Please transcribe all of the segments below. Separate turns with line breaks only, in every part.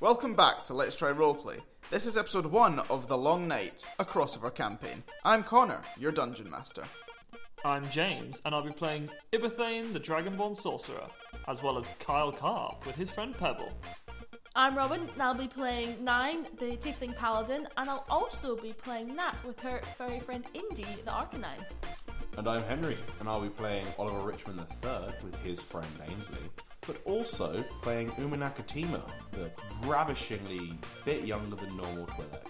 Welcome back to Let's Try Roleplay. This is episode 1 of The Long Night, a crossover campaign. I'm Connor, your dungeon master.
I'm James, and I'll be playing Ibethane, the Dragonborn Sorcerer, as well as Kyle Carp with his friend Pebble.
I'm Robin, and I'll be playing Nine, the Tiefling Paladin, and I'll also be playing Nat with her furry friend Indy, the Arcanine.
And I'm Henry, and I'll be playing Oliver Richmond III with his friend Ainsley, but also playing Uma Nakatima, the ravishingly bit younger than normal Twi'lek.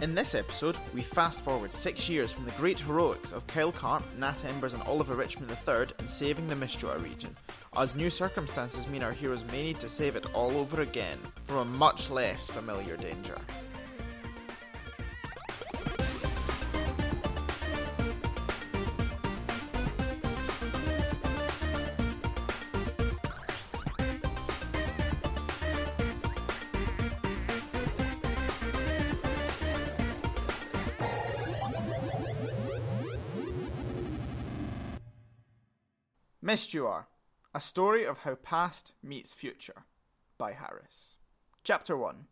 In this episode, we fast forward six years from the great heroics of Kyle Carp, Nat Embers, and Oliver Richmond III in saving the Mistral region, as new circumstances mean our heroes may need to save it all over again from a much less familiar danger. Mistuar, a story of how past meets future, by Harris. Chapter 1.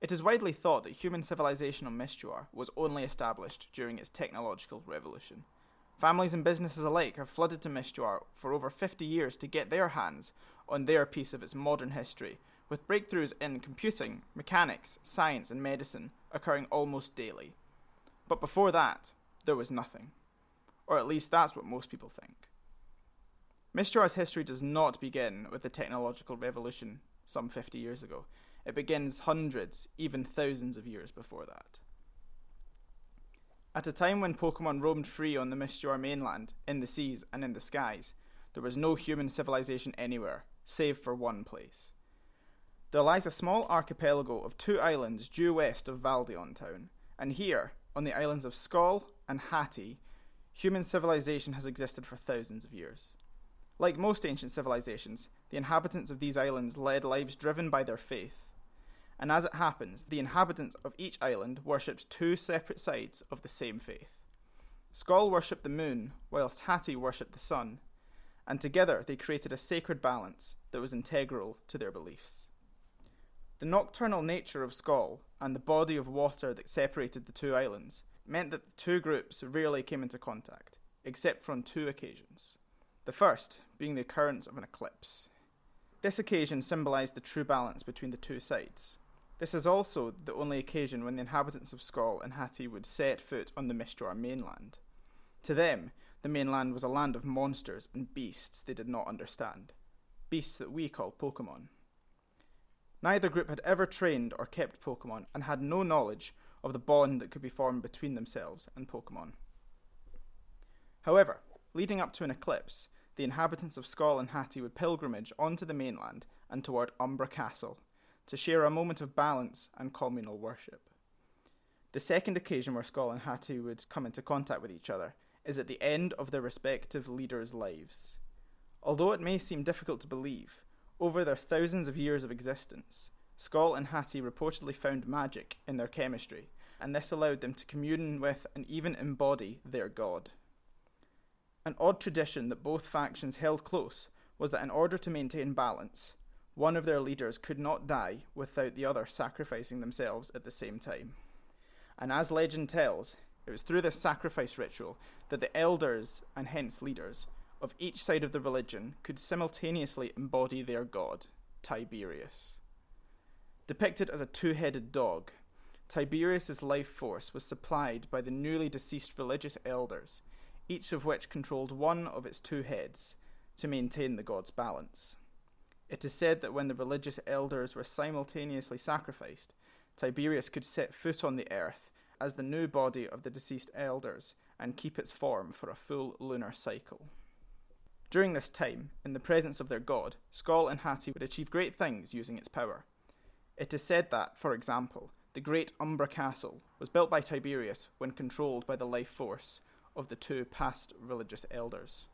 It is widely thought that human civilization on Mistuar was only established during its technological revolution. Families and businesses alike have flooded to Mistuar for over 50 years to get their hands on their piece of its modern history, with breakthroughs in computing, mechanics, science, and medicine occurring almost daily. But before that, there was nothing. Or at least that's what most people think. Mistral's history does not begin with the technological revolution some 50 years ago. It begins hundreds, even thousands of years before that. At a time when Pokemon roamed free on the Mistral mainland, in the seas, and in the skies, there was no human civilization anywhere, save for one place. There lies a small archipelago of two islands due west of Valdeon town, and here, on the islands of Skoll and Hatti, human civilization has existed for thousands of years. Like most ancient civilizations, the inhabitants of these islands led lives driven by their faith. And as it happens, the inhabitants of each island worshipped two separate sides of the same faith. Skoll worshipped the moon, whilst Hatti worshipped the sun, and together they created a sacred balance that was integral to their beliefs. The nocturnal nature of Skoll and the body of water that separated the two islands meant that the two groups rarely came into contact, except on two occasions. The first being the occurrence of an eclipse. This occasion symbolised the true balance between the two sides. This is also the only occasion when the inhabitants of Skoll and Hatti would set foot on the Mistral mainland. To them, the mainland was a land of monsters and beasts they did not understand. Beasts that we call Pokemon. Neither group had ever trained or kept Pokemon and had no knowledge of the bond that could be formed between themselves and Pokemon. However, leading up to an eclipse, the inhabitants of Skoll and Hatti would pilgrimage onto the mainland and toward Umbra Castle to share a moment of balance and communal worship. The second occasion where Skoll and Hatti would come into contact with each other is at the end of their respective leaders' lives. Although it may seem difficult to believe, over their thousands of years of existence, Skoll and Hatti reportedly found magic in their chemistry, and this allowed them to commune with and even embody their god. An odd tradition that both factions held close was that in order to maintain balance, one of their leaders could not die without the other sacrificing themselves at the same time. And as legend tells, it was through this sacrifice ritual that the elders, and hence leaders, of each side of the religion could simultaneously embody their god, Tiberius. Depicted as a two headed dog, Tiberius's life force was supplied by the newly deceased religious elders, each of which controlled one of its two heads to maintain the god's balance. It is said that when the religious elders were simultaneously sacrificed, Tiberius could set foot on the earth as the new body of the deceased elders and keep its form for a full lunar cycle. During this time, in the presence of their god, Skoll and Hatti would achieve great things using its power. It is said that, for example, the great Umbra Castle was built by Tiberius when controlled by the life force of the two past religious elders.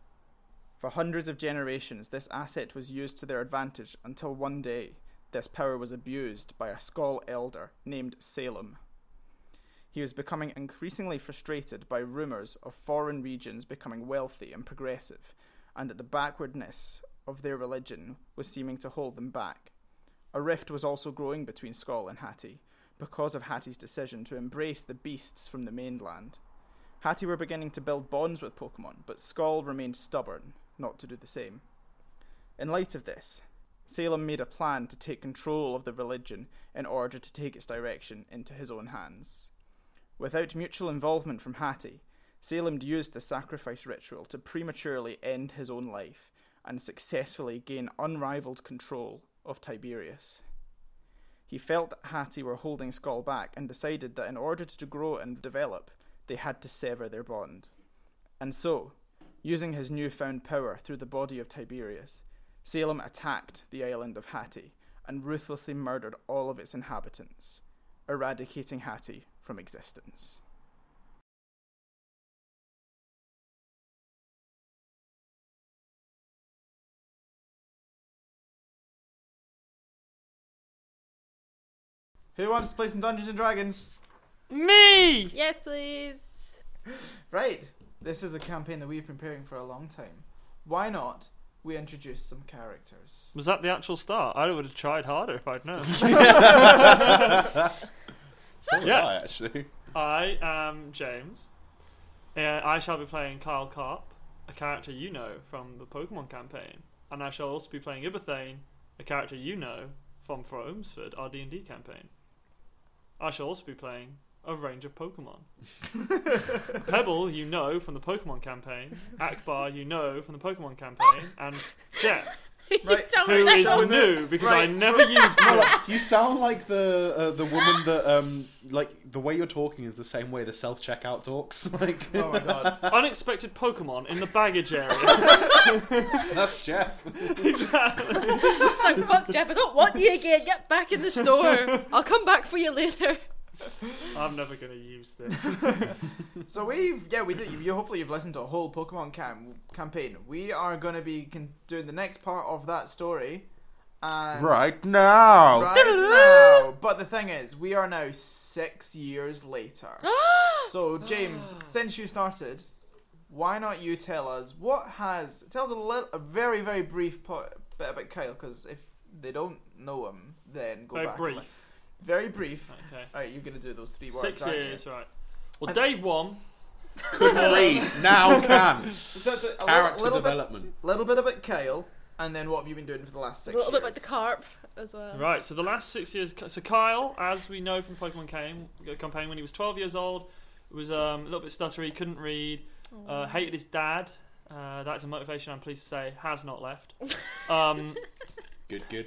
For hundreds of generations, this asset was used to their advantage until one day this power was abused by a Skoll elder named Salem. He was becoming increasingly frustrated by rumours of foreign regions becoming wealthy and progressive, and at the backwardness of their religion was seeming to hold them back. A rift was also growing between Skoll and Hatti because of Hatti's decision to embrace the beasts from the mainland. Hatti were beginning to build bonds with Pokemon, but Skoll remained stubborn not to do the same. In light of this, Salem made a plan to take control of the religion in order to take its direction into his own hands. Without mutual involvement from Hattie, Salem used the sacrifice ritual to prematurely end his own life and successfully gain unrivaled control of Tiberius. He felt that Hattie were holding Skoll back and decided that in order to grow and develop, they had to sever their bond. And so, using his newfound power through the body of Tiberius, Salem attacked the island of Hatti and ruthlessly murdered all of its inhabitants, eradicating Hatti from existence. Who wants to play some Dungeons and Dragons?
Me!
Yes, please.
Right, this is a campaign that we've been preparing for a long time. Why not we introduce some characters?
Was that the actual start? I would have tried harder if I'd known.
So would
Yeah.
I, actually.
I am James. Uh, I shall be playing Kyle Karp, a character you know from the Pokemon campaign, and I shall also be playing Ibethane, a character you know from For Omsford, our D&D campaign. I shall also be playing a range of Pokemon. Pebble, you know from the Pokemon campaign, Akbar, you know from the Pokemon campaign, and Jeff,
Right,
Oh
who is
Shall we
new
move?
because I
Right.
never used
No,
him.
like, you sound like the uh, the woman that um like the way you're talking is the same way the self checkout talks. Like
Oh my god.
Unexpected Pokemon in the baggage area.
that's Jeff.
exactly.
It's like, fuck Jeff, I don't want you again. Get back in the store. I'll come back for you later.
I'm never going to use this.
So we've yeah we did. You, you- hopefully you've listened to a whole Pokemon cam- campaign. We are going to be con- doing the next part of that story, and
Right now.
right now. But the thing is, we are now six years later. so James, since you started, why not you tell us what has tell us a little a very very brief po- bit about Kyle because if they don't know him, then go
Very
back. and
brief.
li- Very brief.
Okay.
All right, you're going to do those three words.
Six
aren't you?
years, right. Well,
And-
day one.
Couldn't read. Now can.
So tell us a
Character
little, little bit
development.
little bit about Kyle, and then what have you been doing for the last
A
six
little
years?
bit about the carp as well.
Right, so the last six years. So Kyle, as we know from Pokemon Game, campaign, when he was 12 years old, was um, a little bit stuttery, couldn't read,
Oh.
uh, hated his dad. Uh, that's a motivation I'm pleased to say has not left. Um,
Good, good.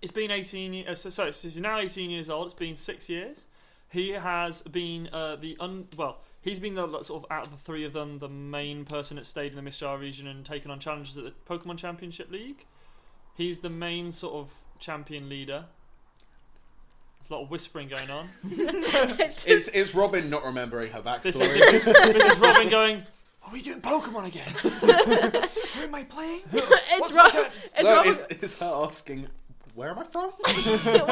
it's been 18 years. So, so he's now 18 years old. It's been six years. He has been uh, the un. Well, he's been the sort of out of the three of them, the main person that stayed in the Mistral region and taken on challenges at the Pokemon Championship League. He's the main sort of champion leader. There's a lot of whispering going on.
It's just-
Is is Robin not remembering her
This
backstory?
is, this is, this is Robin going.
Are we doing Pokemon again?
Who am I playing?
it's Rob. It's
No,
Rob.
it's, it's her asking, "Where am I from?"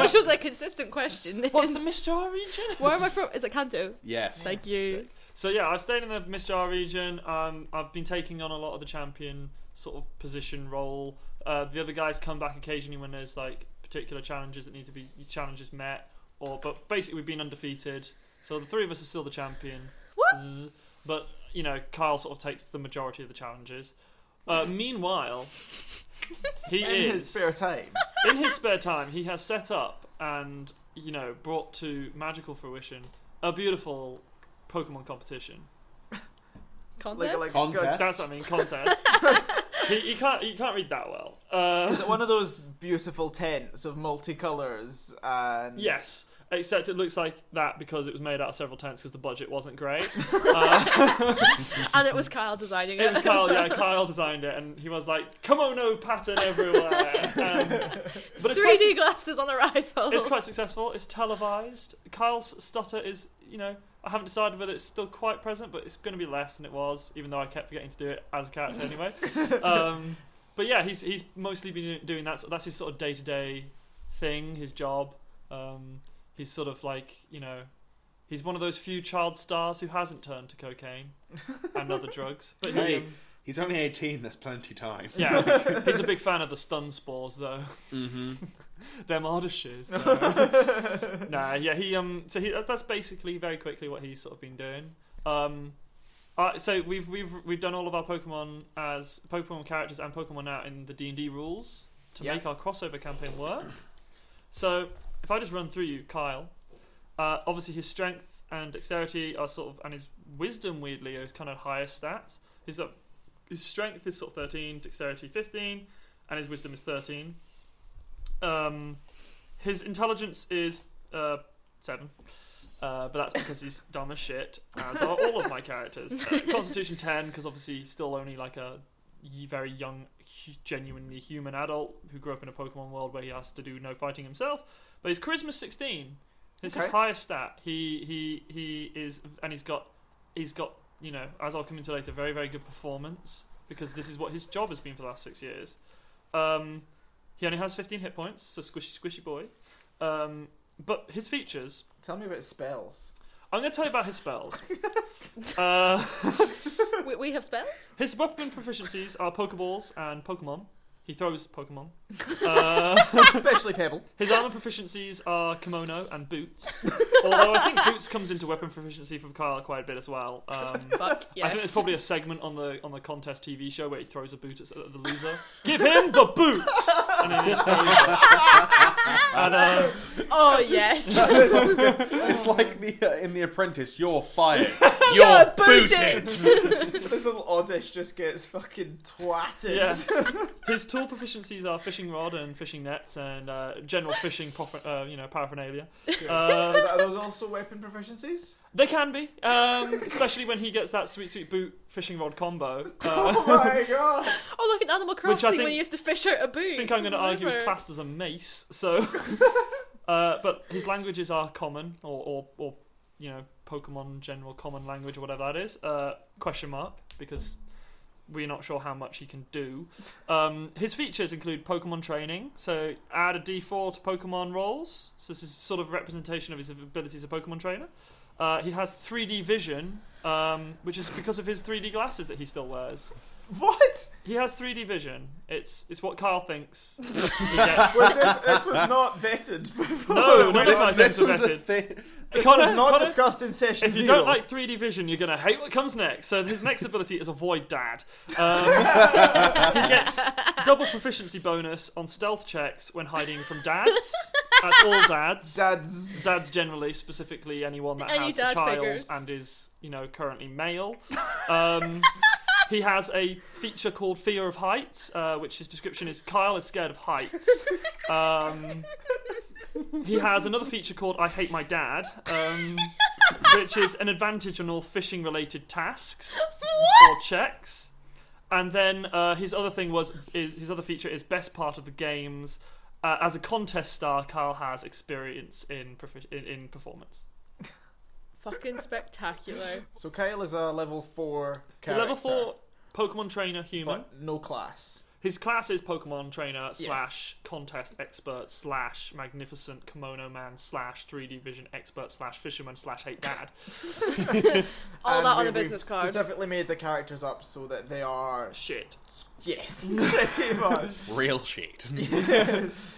Which was a consistent question.
What's the Mistral region?
Where am I from? Is it Kanto?
yes.
Thank you.
So yeah, I've stayed in the Mistral region. Um, I've been taking on a lot of the champion sort of position role. Uh, the other guys come back occasionally when there's like particular challenges that need to be challenges met, or but basically we've been undefeated. So the three of us are still the champion.
What?
Zzz. But you know, Kyle sort of takes the majority of the challenges. Uh, meanwhile, he
In
is
his spare time.
in his spare time, he has set up and you know brought to magical fruition a beautiful Pokemon competition.
Contest?
Like, like
Contest.
That's what I mean, contest. he, he can't he can't read that well. Uh,
Is it one of those beautiful tents of multicolours and
yes, except it looks like that because it was made out of several tents because the budget wasn't great. Uh,
and it was Kyle designing it.
it was Kyle, yeah, Kyle designed it, and he was like kimono pattern everywhere. Um, but it's quite,
3D glasses on a rifle.
Oh.
it's quite successful. It's televised. Kyle's stutter is you know. I haven't decided whether it's still quite present, but it's going to be less than it was, even though I kept forgetting to do it as a character anyway. um, but yeah, he's he's mostly been doing that. So that's his sort of day to day thing, his job. Um, he's sort of like you know, he's one of those few child stars who hasn't turned to cocaine and other drugs. But he,
Hey.
um,
He's only 18, there's plenty time.
Yeah, he's a big fan of the stun spores though.
Mm-hmm.
Them Ardishes. Though. nah, yeah, he um. So he that- that's basically very quickly what he's sort of been doing. Um, uh, so we've we've we've done all of our Pokemon as Pokemon characters and Pokemon out in the D and D rules to
Yeah.
make our crossover campaign work. So if I just run through you, Kyle. Uh, obviously, his strength and dexterity are sort of, and his wisdom weirdly is kind of higher stats. His uh, his strength is sort of thirteen, dexterity fifteen, and his wisdom is thirteen. Um, his intelligence is uh, seven. Uh, but that's because he's dumb as shit, as are all of my characters. Uh, Constitution 10, because obviously still only like a y- very young, hu- genuinely human adult who grew up in a Pokemon world where he has to do no fighting himself. But his charisma 16. It's
Okay.
his highest stat. He he he is, and he's got he's got you know as I'll come into later, very very good performance because this is what his job has been for the last six years. Um, he only has 15 hit points, so squishy squishy boy. Um, but his features
Tell me about spells.
I'm going to tell you about his spells. uh,
we, we have spells?
his weapon proficiencies are Pokeballs and Pokemon. He throws Pokemon. Uh,
Especially Pebble.
his armor proficiencies are kimono and boots. Although I think boots comes into weapon proficiency for Kyle quite a bit as well. Um,
Fuck yes.
I think there's probably a segment on the on the contest TV show where he throws a boot at s- at the loser. Give him the boot, and then he throws it. And, uh,
oh yes.
it's like the uh, in The Apprentice, you're fired. You're,
You're
booted.
booted.
this little Oddish just gets fucking twatted.
Yeah. His tool proficiencies are fishing rod and fishing nets and uh, general fishing, prof- uh, you know, paraphernalia. Uh,
Are those also weapon proficiencies?
they can be, um, especially when he gets that sweet, sweet boot fishing rod combo. Uh,
Oh my god!
oh look at Animal
I
Crossing when
think-
you used to fish out a boot.
I think I'm going to argue is
Remember?
classed as a mace. So, uh, but his languages are common or, or, or you know, Pokemon general common language or whatever that is. Uh, question mark because we're not sure how much he can do. Um, his features include Pokemon training. So add a D4 to Pokemon rolls. So this is sort of representation of his ability as a Pokemon trainer. Uh, he has 3D vision, um, which is because of his 3D glasses that he still wears.
What?
He has 3D vision. It's it's what Kyle thinks. he gets.
Was this, this was not vetted before.
No, no,
this,
no.
this, this
Things are
was a
vetted.
thing.
this
Connor,
was not
Connor,
discussed in session
If you
zero.
don't like 3D vision, you're gonna hate what comes next. So his next ability is avoid dad. Um, he gets double proficiency bonus on stealth checks when hiding from dads. That's all dads.
dads,
Dads generally, specifically anyone that
Any
has a
dad
child
figures.
and is, you know, currently male. Um, he has a feature called fear of heights, uh, which his description is Kyle is scared of heights. Um, he has another feature called I hate my dad, um, which is an advantage on all fishing-related tasks or checks. And then uh, his other thing was is, his other feature is best part of the games. Uh, as a contest star, Kyle has experience in profi- in, in performance.
Fucking spectacular.
So Kyle is a level four
So
character.
level four Pokemon trainer human.
but no class.
His class is Pokemon trainer slash contest expert slash magnificent kimono man slash 3D vision expert slash fisherman slash hate dad.
All
And
that on
we-
a business
we've
card.
Specifically made the characters up so that they are
Shit.
yes, pretty much.
Real shit.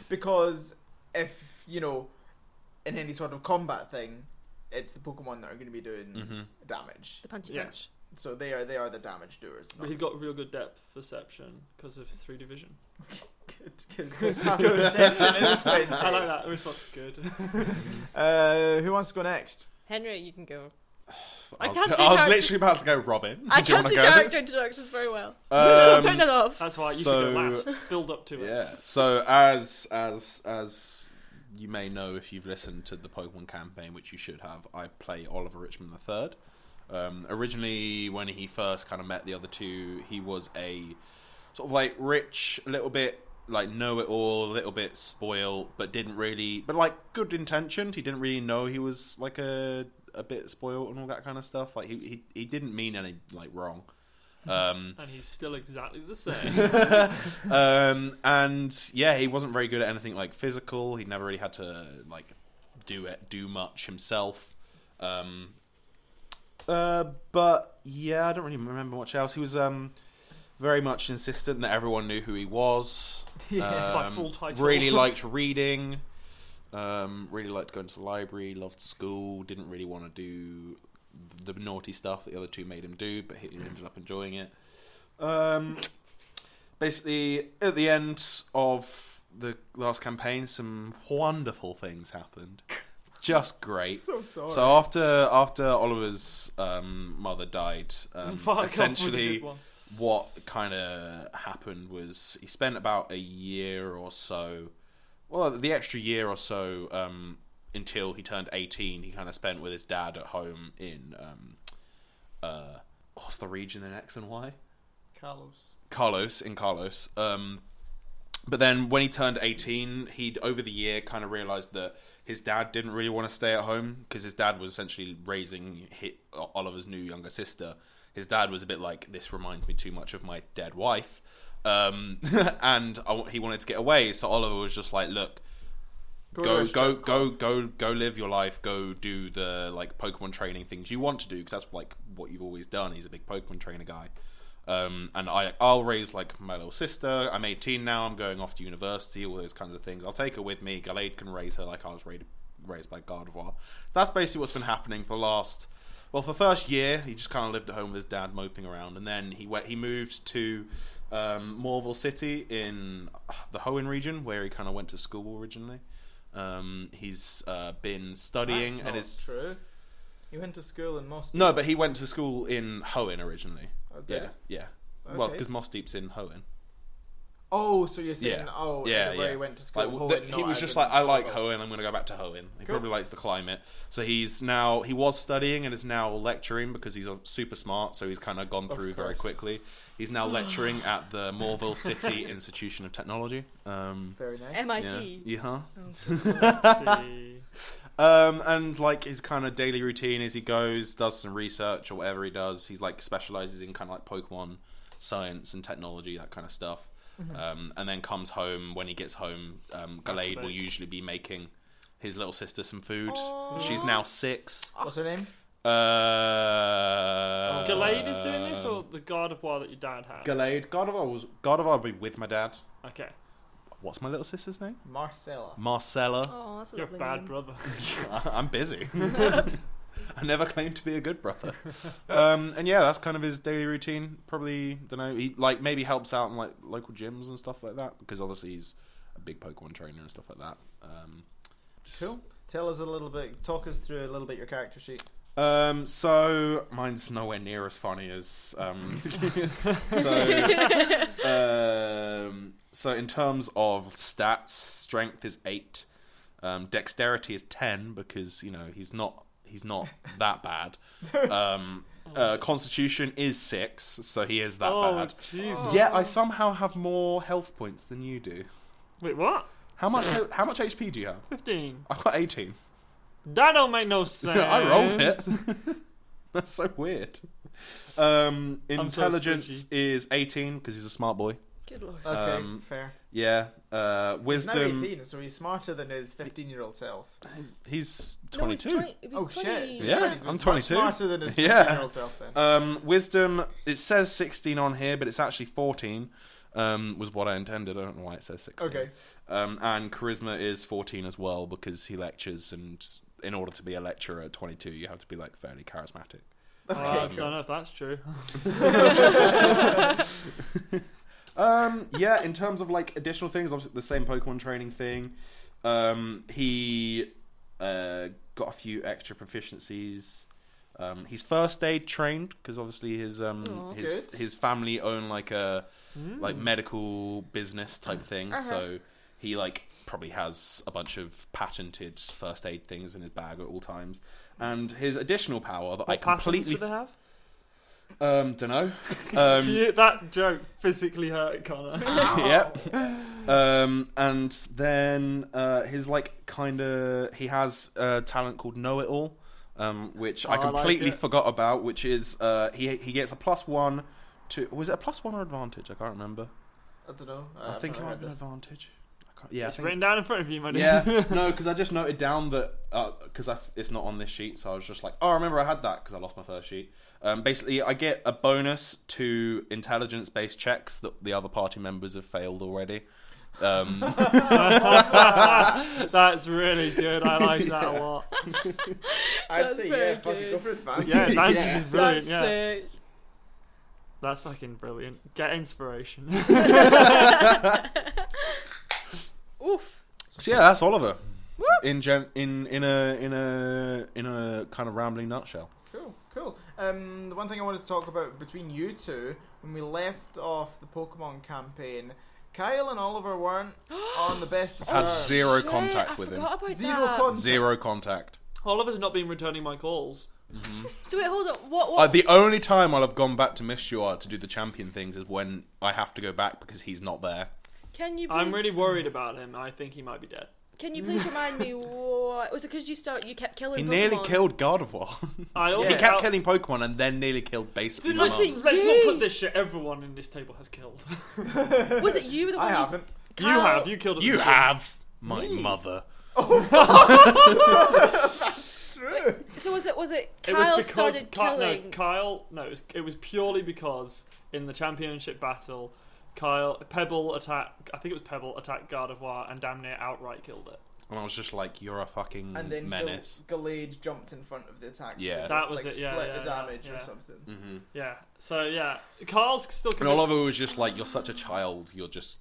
because if you know, in any sort of combat thing, it's the Pokemon that are going to be doing
Mm-hmm.
damage.
The punchy
Yeah.
punch.
So they are they are the damage doers.
But he's got real good depth perception because of his 3D vision.
Good, good. Passive perception is 20.
I like that. response is good.
Uh, who wants to go next?
Henry, you can go.
I,
I
was,
can't
go-
do
I was
character-
literally about to go Robin.
I
do you
can't
want
do
to go?
character introductions very well.
Um,
Turn it off.
That's why you
So- uh,
should go last. Build up to it.
Yeah. So as as as you may know if you've listened to the Pokemon campaign, which you should have, I play Oliver Richmond III. Um, originally, when he first kind of met the other two, he was a sort of like rich, a little bit like know it all, a little bit spoiled, but didn't really, but like good intentioned. He didn't really know he was like a a bit spoiled and all that kind of stuff. Like he he, he didn't mean any like wrong. Um,
And he's still exactly the same.
um, and yeah, he wasn't very good at anything like physical. He never really had to like do it, do much himself. Um, uh, but yeah, I don't really remember much else. He was um, very much insistent that everyone knew who he was.
Yeah.
By
Um,
full title.
Really liked reading. Um, really liked going to the library. Loved school. Didn't really want to do the naughty stuff that the other two made him do, but he ended up enjoying it. Um, basically, at the end of the last campaign, some wonderful things happened. Just great.
So sorry.
So after after Oliver's um, mother died, um,
Fuck off with a good
essentially
one.
what kind of happened was he spent about a year or so, well, the extra year or so um, until he turned eighteen. He kind of spent with his dad at home in um, uh, what's the region in X and Y?
Carlos.
Carlos in Carlos. Um, but then when he turned 18, he'd over the year kind of realized that his dad didn't really want to stay at home because his dad was essentially raising hi Oliver's new younger sister. His dad was a bit like, "This reminds me too much of my dead wife," um, and I wa- he wanted to get away. So Oliver was just like, "Look, go go go go go live your life go do the like pokemon training things you want to do because that's like what you've always done he's a big pokemon trainer guy um, and I, I'll raise like my little sister. I'm 18 now. I'm going off to university. All those kinds of things. I'll take her with me. Gallade can raise her like I was raised, raised by Gardevoir. That's basically what's been happening for the last, well, for the first year. He just kind of lived at home with his dad, moping around, and then he went. He moved to um, Morville City in uh, the Hoenn region, where he kind of went to school originally. Um, he's uh, been studying
That's
and
not
is
true. You went to school in Mosty.
no, but he went to school in Hoenn originally.
Oh, did
Yeah,
it?
yeah. Well,
Okay.
because Moss Deep's in Hoenn.
Oh, so you're saying
Yeah.
oh
Yeah,
where
yeah.
he went to school?
Like,
Hoenn,
th- he
not
was just
Aberdeen.
like, I like Hoenn. I'm going to go back to Hoenn. He
Cool.
probably likes the climate. So he's now he was studying and is now lecturing because he's uh, super smart. So he's kind of gone through very
course.
quickly. He's now lecturing at the Morville City Institution of Technology. Um,
Very nice.
MIT.
Yeah. Uh-huh.
Sexy.
Um, and like his kind of daily routine is he goes, does some research or whatever he does. He's like specializes in kind of like Pokemon science and technology, that kind of stuff. Um, and then comes home. When he gets home, um, Gallade will
Masturbates.
usually be making his little sister some food.
Oh.
She's now six.
What's her name?
Uh,
Oh,
Gallade
Gallade is doing this,
Uh,
or the God of War that your dad had?
Gallade. Gardevoir was Gardevoir would be with my dad.
okay,
What's my little sister's name?
Marcella.
Marcella.
Oh, that's a
you're a
lovely
bad
name.
brother.
I- I'm busy. I never claimed to be a good brother. Um, and yeah, that's kind of his daily routine. Probably don't know. He like maybe helps out in like local gyms and stuff like that because obviously he's a big Pokemon trainer and stuff like that. Um, just-
Cool. Tell us a little bit. Talk us through a little bit your character sheet.
Um, so mine's nowhere near as funny as um, so. Um, so in terms of stats, strength is eight, um, dexterity is ten because you know he's not he's not that bad. Um, uh, constitution is six, so he is that
oh,
bad.
Jesus.
Yet I somehow have more health points than you do.
Wait, what?
How much how much HP do you have?
15.
I've got eighteen.
That don't make no sense.
I rolled it. That's so weird. Um,
I'm so
intelligence
squidgy.
is 18 because he's a smart boy.
Good lord.
Okay,
Um,
fair.
Yeah. Uh,
He's now
wisdom.
18, so he's smarter than his 15-year-old self.
He's
No, it's
22.
20 it'd be
Oh
20.
shit!
Yeah, I'm
Much
22.
Smarter than his 15
Yeah.
year old self then.
Um, wisdom. It says 16 on here, but it's actually 14. Um, was what I intended. I don't know why it says 16.
Okay.
Um, and charisma is 14 as well because he lectures, and in order to be a lecturer at 22, you have to be like fairly charismatic.
Uh, I
Okay.
don't know if that's true.
Um, yeah, in terms of like additional things, obviously the same Pokemon training thing. Um, he uh, got a few extra proficiencies. Um, he's first aid trained because obviously his um
Aw.
his
Good.
his family own like a
Hmm?
like medical business type thing.
Uh-huh.
So he like probably has a bunch of patented first aid things in his bag at all times. And his additional power that
What
I completely
patterns do they have?
um don't know um,
Yeah, that joke physically hurt Connor.
yep. Um, and then uh, his like kind of he has a talent called Know It All, um, which I
Oh, I like
completely
it.
forgot about. Which is uh, he he gets a plus one to was it a plus one or advantage? I can't remember.
I don't know.
Uh,
I, think it
I
might
had
be an
this.
advantage. I yeah, I
It's
think-
written down in front of you, my dear.
yeah, no, because I just noted down that because I it's not on this sheet, so I was just like, oh, I remember I had that because I lost my first sheet. Um, basically, I get a bonus to intelligence-based checks that the other party members have failed already. Um,
That's really good. I like that a lot.
I'd
That's
say
very
yeah, fucking go
good.
for advanced.
Yeah, that's
Yeah.
just brilliant.
That's
yeah,
sick.
that's fucking brilliant. Get inspiration.
uh, Oof.
so yeah, that's Oliver. In gen- in in a in a in a kind of rambling nutshell.
Cool, cool. Um, the one thing I wanted to talk about between you two, when we left off the Pokemon campaign, Kyle and Oliver weren't on the best of
Had
terms.
zero
Shit,
contact
I
with him.
forgot about
Zero
that.
contact.
Zero contact.
Oliver's not been returning my calls.
So wait, hold on. What?
Uh,
what?
the only time I'll have gone back to Mishuar to do the champion things is when I have to go back because he's not there.
can you? Please,
I'm really worried about him. I think he might be dead.
Can you please remind me? What was it? Because you start. You kept
He
killing.
nearly
Pokemon.
killed Gardevoir.
I always
He kept killing Pokemon and then nearly killed basically
Dude,
my
let's,
mum.
Listen,
let's not
you-
put this shit. Everyone in this table has killed.
Was it you? The one
I
who s-
haven't.
Kyle-
You have. You killed. a
You
bunch.
have my mother.
True.
So was it? Was it?
It
Kyle
was because
started
Ky-
killing.
no, Kyle. No, it was, it was purely because in the championship battle, Kyle Pebble attacked. I think it was Pebble attacked Gardevoir and damn near outright killed it.
And I was just like, you're a fucking
And then Gal-
Mm, menace.
Gallade jumped in front of the attack. so
Yeah.
they
That
both,
was
like,
it, yeah,
Split
yeah,
the
yeah,
damage or
yeah.
something.
Yeah. So yeah, Kyle's still.
and
convinced-
Oliver was just like, you're such a child. You're just.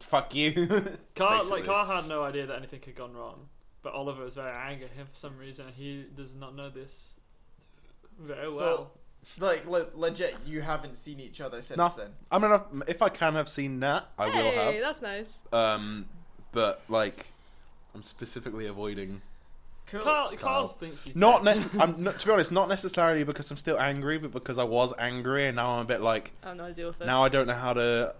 Fuck you.
Carl,
Basically.
like Carl had no idea that anything had gone wrong, but Oliver was very angry at him for some reason. and He does not know this very
So-
well.
Like le- legit, you haven't seen each other since
No.
then.
I mean, I've- if I can have seen that, I will have.
Hey, that's nice.
Um, but like, I'm specifically avoiding.
Cool.
Carl, Carl thinks he's
Not
dead.
nec- I'm not, to be honest, not necessarily because I'm still angry, but because I was angry and now I'm a bit like
I have no idea with this.
now I don't know how to.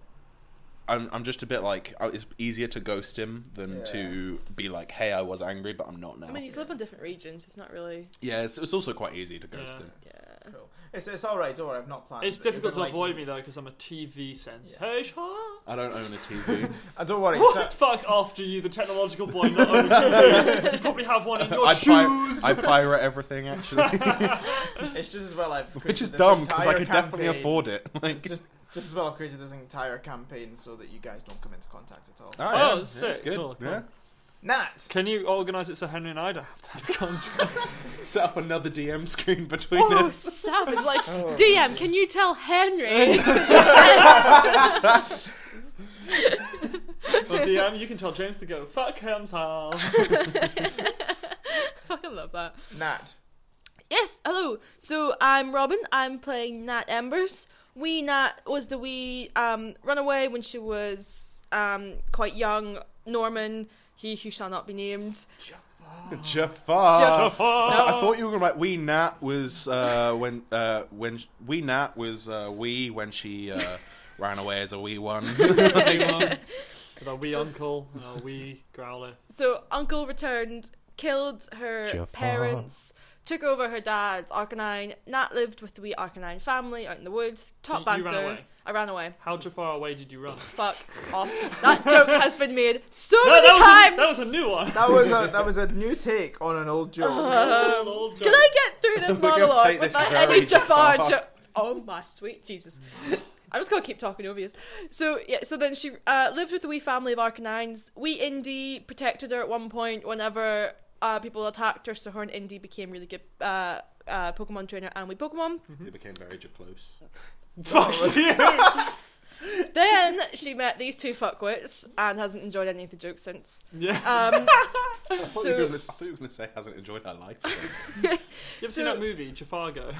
I'm I'm just a bit like oh, it's easier to ghost him than
Yeah.
to be like, hey, I was angry, but I'm not now.
I mean, you live in different regions. It's not really.
yeah, it's, it's also quite easy to ghost
Yeah.
him.
Yeah.
Cool. It's, it's all right. Don't worry, I've not planned.
It's
it. You've
difficult
been,
to
like,
avoid me though because I'm a TV sense.
Yeah.
Hey, Sean.
I don't own a TV.
And don't worry. it's
What?
not-
Fuck after you, the technological boy. Not only TV. you probably have one in your
I, pi-
shoes.
I pirate everything actually,
It's just as well I've
which
created
is
this
dumb because I
entire
could definitely
campaign.
afford it. Like,
It's just just as well I've created this entire campaign so that you guys don't come into contact at all.
oh, yeah,
Oh,
it's
sick.
good.
Cool, cool.
Yeah.
Nat.
Can you organise it so Henry and I don't have to have contact?
Set up another DM screen between
Oh,
us.
savage! Like
Oh.
DM, can you tell Henry?
well, DM, you can tell James to go fuck
Uh,
himself.
Fucking love that.
Nat.
Yes, hello. So I'm Robin. I'm playing Nat Embers. Wee Nat was the wee um, runaway when she was um, quite young. Norman, he who shall not be named.
Jafar.
Jaf-
I thought you were gonna like we Nat was uh, when uh, when we Nat was uh, we when she uh, ran away as a wee one.
Anyone? So the wee uncle, and our wee growler.
So Uncle returned, killed her
Jafar.
parents, took over her dad's Arcanine. Nat lived with the wee Arcanine family out in the woods. Top
you- you
banter.
ran away?
I ran away.
How far away did you run?
Fuck off. That joke has been made so
No,
many
that
times.
was, a, that was a new one.
That was a that was a new take on an old joke.
Um,
Old
Can
joke.
I get through this
We're gonna
monologue
take this
without
very
any Jafar
far.
jo- Oh my sweet Jesus. I'm just gonna keep talking over you. So yeah, so then she uh, lived with a wee family of Arcanines. We Indy protected her at one point whenever uh, people attacked her, so her and Indy became really good uh, uh, Pokemon trainer and we Pokemon.
They became very close.
Fuck you.
then she met these two fuckwits and hasn't enjoyed any of the jokes since.
Yeah.
Um,
I thought, you
So-
were gonna, I thought you were gonna say hasn't enjoyed her life.
You ever seen
so-
that movie, Jafargo?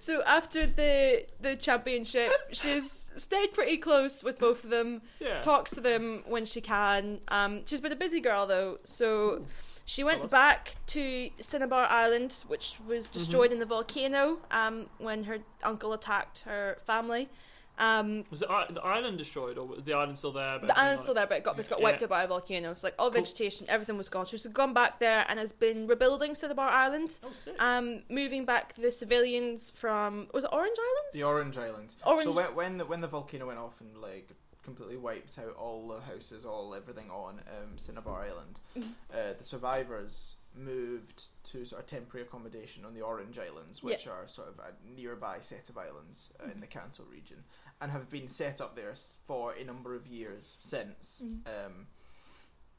so after the the championship, she's stayed pretty close with both of them.
Yeah.
talks to them when she can. Um, she's been a busy girl though, so she
tell
went
us.
back to Cinnabar Island, which was
Mm-hmm.
destroyed in the volcano um, when her uncle attacked her family. Um,
Was the, i- the island destroyed, or was the island still there? but
the
everything
island's still
like-
there, but it got, just got
Yeah.
wiped out by a volcano. So like all vegetation, everything was gone. So she's gone back there and has been rebuilding Cinnabar Island,
Oh, sick.
um, moving back the civilians from was it Orange Islands?
The Orange Islands.
Orange-
So when when the, when the volcano went off and like completely wiped out all the houses, all everything on um, Cinnabar Island. Uh, the survivors moved to sort of temporary accommodation on the Orange Islands, which are sort of a nearby set of islands uh, in the Kanto region, and have been set up there s- for a number of years since.
Mhm.
Um,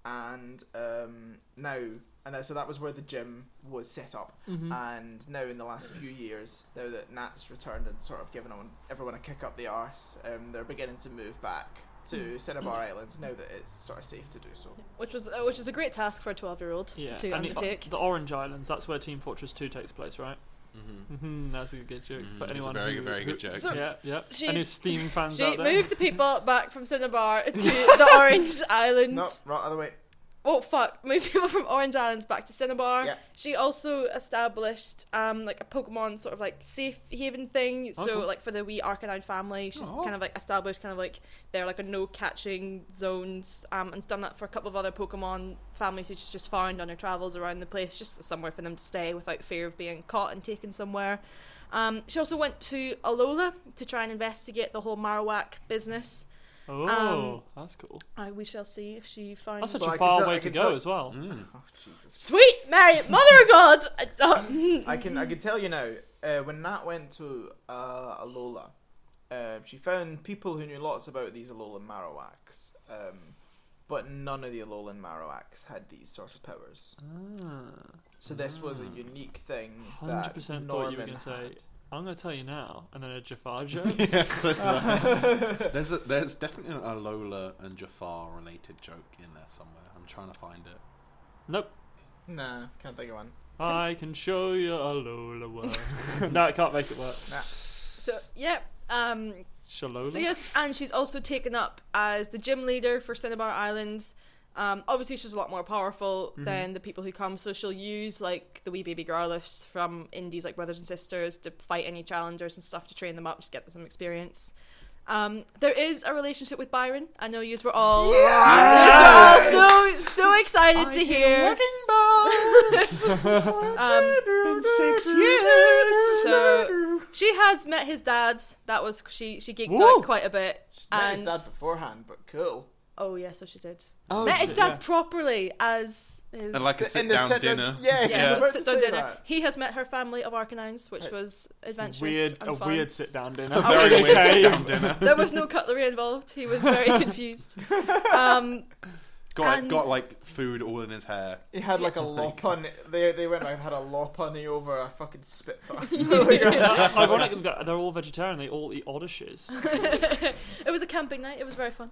and um, now, and that- so that was where the gym was set up
Mm-hmm.
and now in the last few years, now that Nat's returned and sort of given on, everyone a kick up the arse, um, they're beginning to move back
Mm.
to Cinnabar Islands now that it's sort of safe to do so.
Which was uh, which is a great task for a twelve year old
Yeah,
to
and the- uh,
undertake.
The, Orange Islands. That's where Team Fortress Two takes place, right?
Mm-hmm.
Mhm, that's a good joke
Mm,
for
it's a
anyone.
very-
who,
very good
who-
joke.
So-
yeah, yeah.
She-
Any Steam fans
She
out there?
moved the people back from Cinnabar to the Orange Islands.
No, right other way.
Oh fuck! Moved people from Orange Islands back to Cinnabar.
Yeah.
She also established um like a Pokemon sort of like safe haven thing.
Oh,
so
cool.
like for the wee Arcanine family, she's
Oh.
kind of like established kind of like they're like a no catching zones. Um, and's done that for a couple of other Pokemon families who she's just found on her travels around the place, just somewhere for them to stay without fear of being caught and taken somewhere. Um, she also went to Alola to try and investigate the whole Marowak business.
Oh,
um,
that's cool.
Uh, we shall see if she
That's
finds.
such
Well, I
a
can
far
tell- I
way to
can
go
tell-
as well.
Mm-hmm. Mm.
Oh Jesus!
Sweet Mary, Mother of God! I- oh, mm.
I can I can tell you now. Uh, when Nat went to uh, Alola, uh, she found people who knew lots about these Alolan Marowaks, um, but none of the Alolan Marowaks had these sort of powers.
Ah.
So this was a
Ah.
unique thing.
Hundred
that
percent thought
Norman
you were gonna
had.
say. I'm gonna tell you now, and then a Jafar joke.
yeah, so uh, there's a, there's definitely an Alola and Jafar related joke in there somewhere. I'm trying to find it.
nope.
Nah, can't think of one.
I can show you a Lola world. no, I can't make it work.
So, yeah. Um,
Shalola.
so, yes, and she's also taken up as the gym leader for Cinnabar Islands. Um, obviously, she's a lot more powerful than the people who come, so she'll use, like, the wee baby Growliths from Indies, like Brothers and Sisters, to fight any challengers and stuff to train them up, just get them some experience. Um, there is a relationship with Byron. I know you were all,
Yes!
yous were all so, so excited to hear. Um,
six years.
So she has met his dad. That was she. She geeked
Whoa.
out quite a bit.
Met his
And
dad beforehand, but cool.
oh yeah, so she did.
oh,
met his
shit,
dad
yeah.
properly as his.
And like a
S- in
sit
the
down
sit-down-
dinner.
Yes,
yeah,
I was
his
about to
sit-down
say
dinner.
that.
He has met her family of Arcanines, which
Hey.
was adventurous
Weird,
and
a
fun.
weird sit down dinner.
Oh, Very
in a
weird
cave.
sit-down dinner.
There was no cutlery involved. He was very confused. Um,
Got
And-
got like food all in his hair.
He had like a
Yeah.
lop on. They they went and had a lop on you over a fucking spitfire.
Oh,
Uh, Ironically, they're they're all vegetarian. They all eat oddishes.
it was a camping night. It was very fun.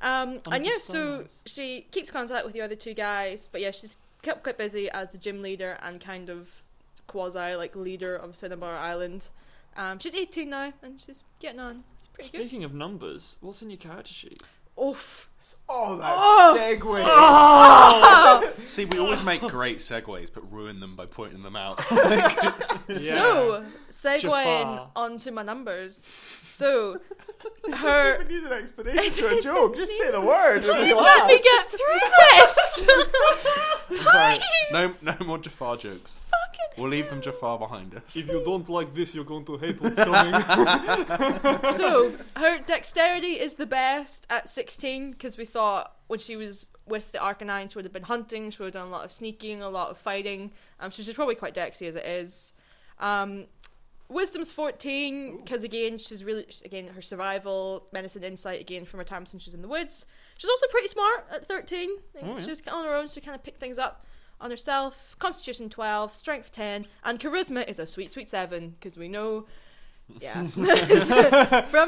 Um,
Under
and yeah,
the
so
stars.
she keeps contact with the other two guys, but yeah, she's kept quite busy as the gym leader and kind of quasi like leader of Cinnabar Island. Um, she's 18 now and she's getting on. It's pretty good.
Speaking of numbers, what's in your character sheet?
Oof.
oh, that
Oh.
segue.
Oh,
See, we always make great segues, but ruin them by pointing them out.
So, segueing
Jafar.
onto my numbers. So, her.
We need an explanation to
I
a joke.
didn't
Just
need-
say the word. and
Please
it'll
let me
happen.
get through this!
Sorry,
Please!
no no more Jafar jokes.
Fucking
We'll leave them
hell.
Jafar behind us.
If you don't like this, you're going to hate what's coming.
so her dexterity is the best at 16 because we thought when she was with the Arcanine, she would have been hunting, she would have done a lot of sneaking, a lot of fighting. Um, so she's probably quite dexy as it is. Um, wisdom's 14 because again, she's really she's- again her survival, medicine, insight again from her time since she was in the woods. She's also pretty smart at 13. I think
Oh, yeah.
She was on her own, so she kind of picked things up. On herself, Constitution 12, Strength 10, and Charisma is a sweet, sweet 7, because we know, yeah, from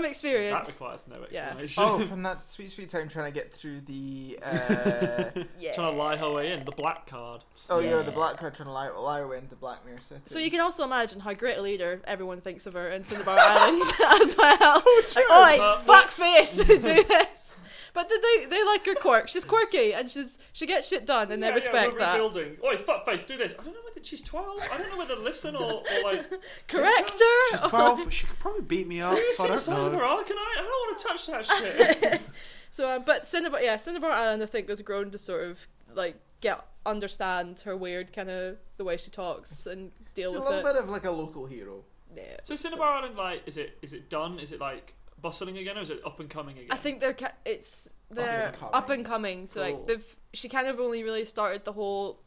that
experience.
requires no
Yeah.
explanation.
Oh, from that sweet sweet time trying to get through the. Uh,
Yeah.
Trying to lie her way in. The black card.
oh yeah,
Yeah.
the black card trying to lie, lie away into Black Mirror City.
So you can also imagine how great a leader everyone thinks of her in Cinnabar Island as well. Like, oi,
But-
fuck face, do this. But they, they they like her quirk. She's quirky and she's she gets shit done, and they respect
we're
that.
Rebuilding. Oi, fuckface, do this. I don't know whether she's 12. I don't know whether to listen or, or like.
Correct
She's
her.
twelve, but she could probably beat me up.
Have you
so I
seen the
don't
size of
know.
her arc? And I, I don't want to touch that shit.
So, um, but Cinnabar, yeah, Cinnabar Island, I think has grown to sort of like get understand her weird kind of the way she talks and deal
She's a
with
little
it.
bit of like a local hero.
Yeah.
so Cinnabar Island, like, is it is it done? Is it like bustling again, or is it up and coming again?
I think they're ca- it's they're
coming.
up and coming. So
Cool.
like they've she kind of only really started the whole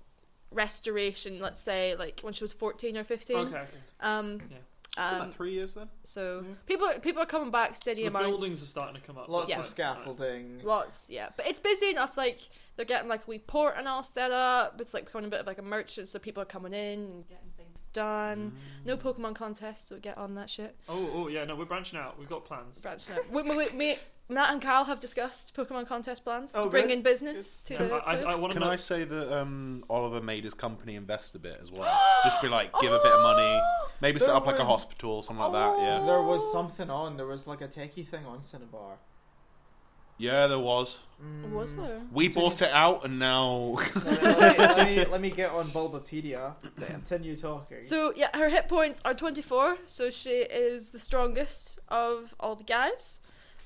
restoration. Let's say like when she was fourteen or fifteen.
Okay, okay.
Um.
Yeah.
um,
three years then?
so
Yeah.
people are people are coming back
So
steady
the
amounts.
buildings are starting to come up.
Lots
Yeah.
of
that's fine. Alright.
scaffolding.
Lots, yeah. But it's busy enough, like they're getting like a wee port and all set up. It's like becoming a bit of like a merchant, so people are coming in and getting things done.
Mm.
No Pokemon contest, so get on that shit.
Oh, oh, yeah. No, we're branching out. We've got plans.
Branching out. we, we, we, Matt and Kyle have discussed Pokemon contest plans
Oh,
to bring
good.
in business
Yeah,
to the
I, I, I
quiz.
want to
Can
know.
I say that um, Oliver made his company invest a bit as well? Just be like, give a bit of money,
Oh!
maybe set
There
up like a
was-
hospital or something like that. Yeah,
There was something on. There was like a techie thing on Cinnabar.
yeah, there was. Mm.
Was there?
We
Continue.
bought it out, and now
let, me, let, me, let me get on Bulbapedia. Continue talking.
So yeah, her hit points are 24, so she is the strongest of all the guys.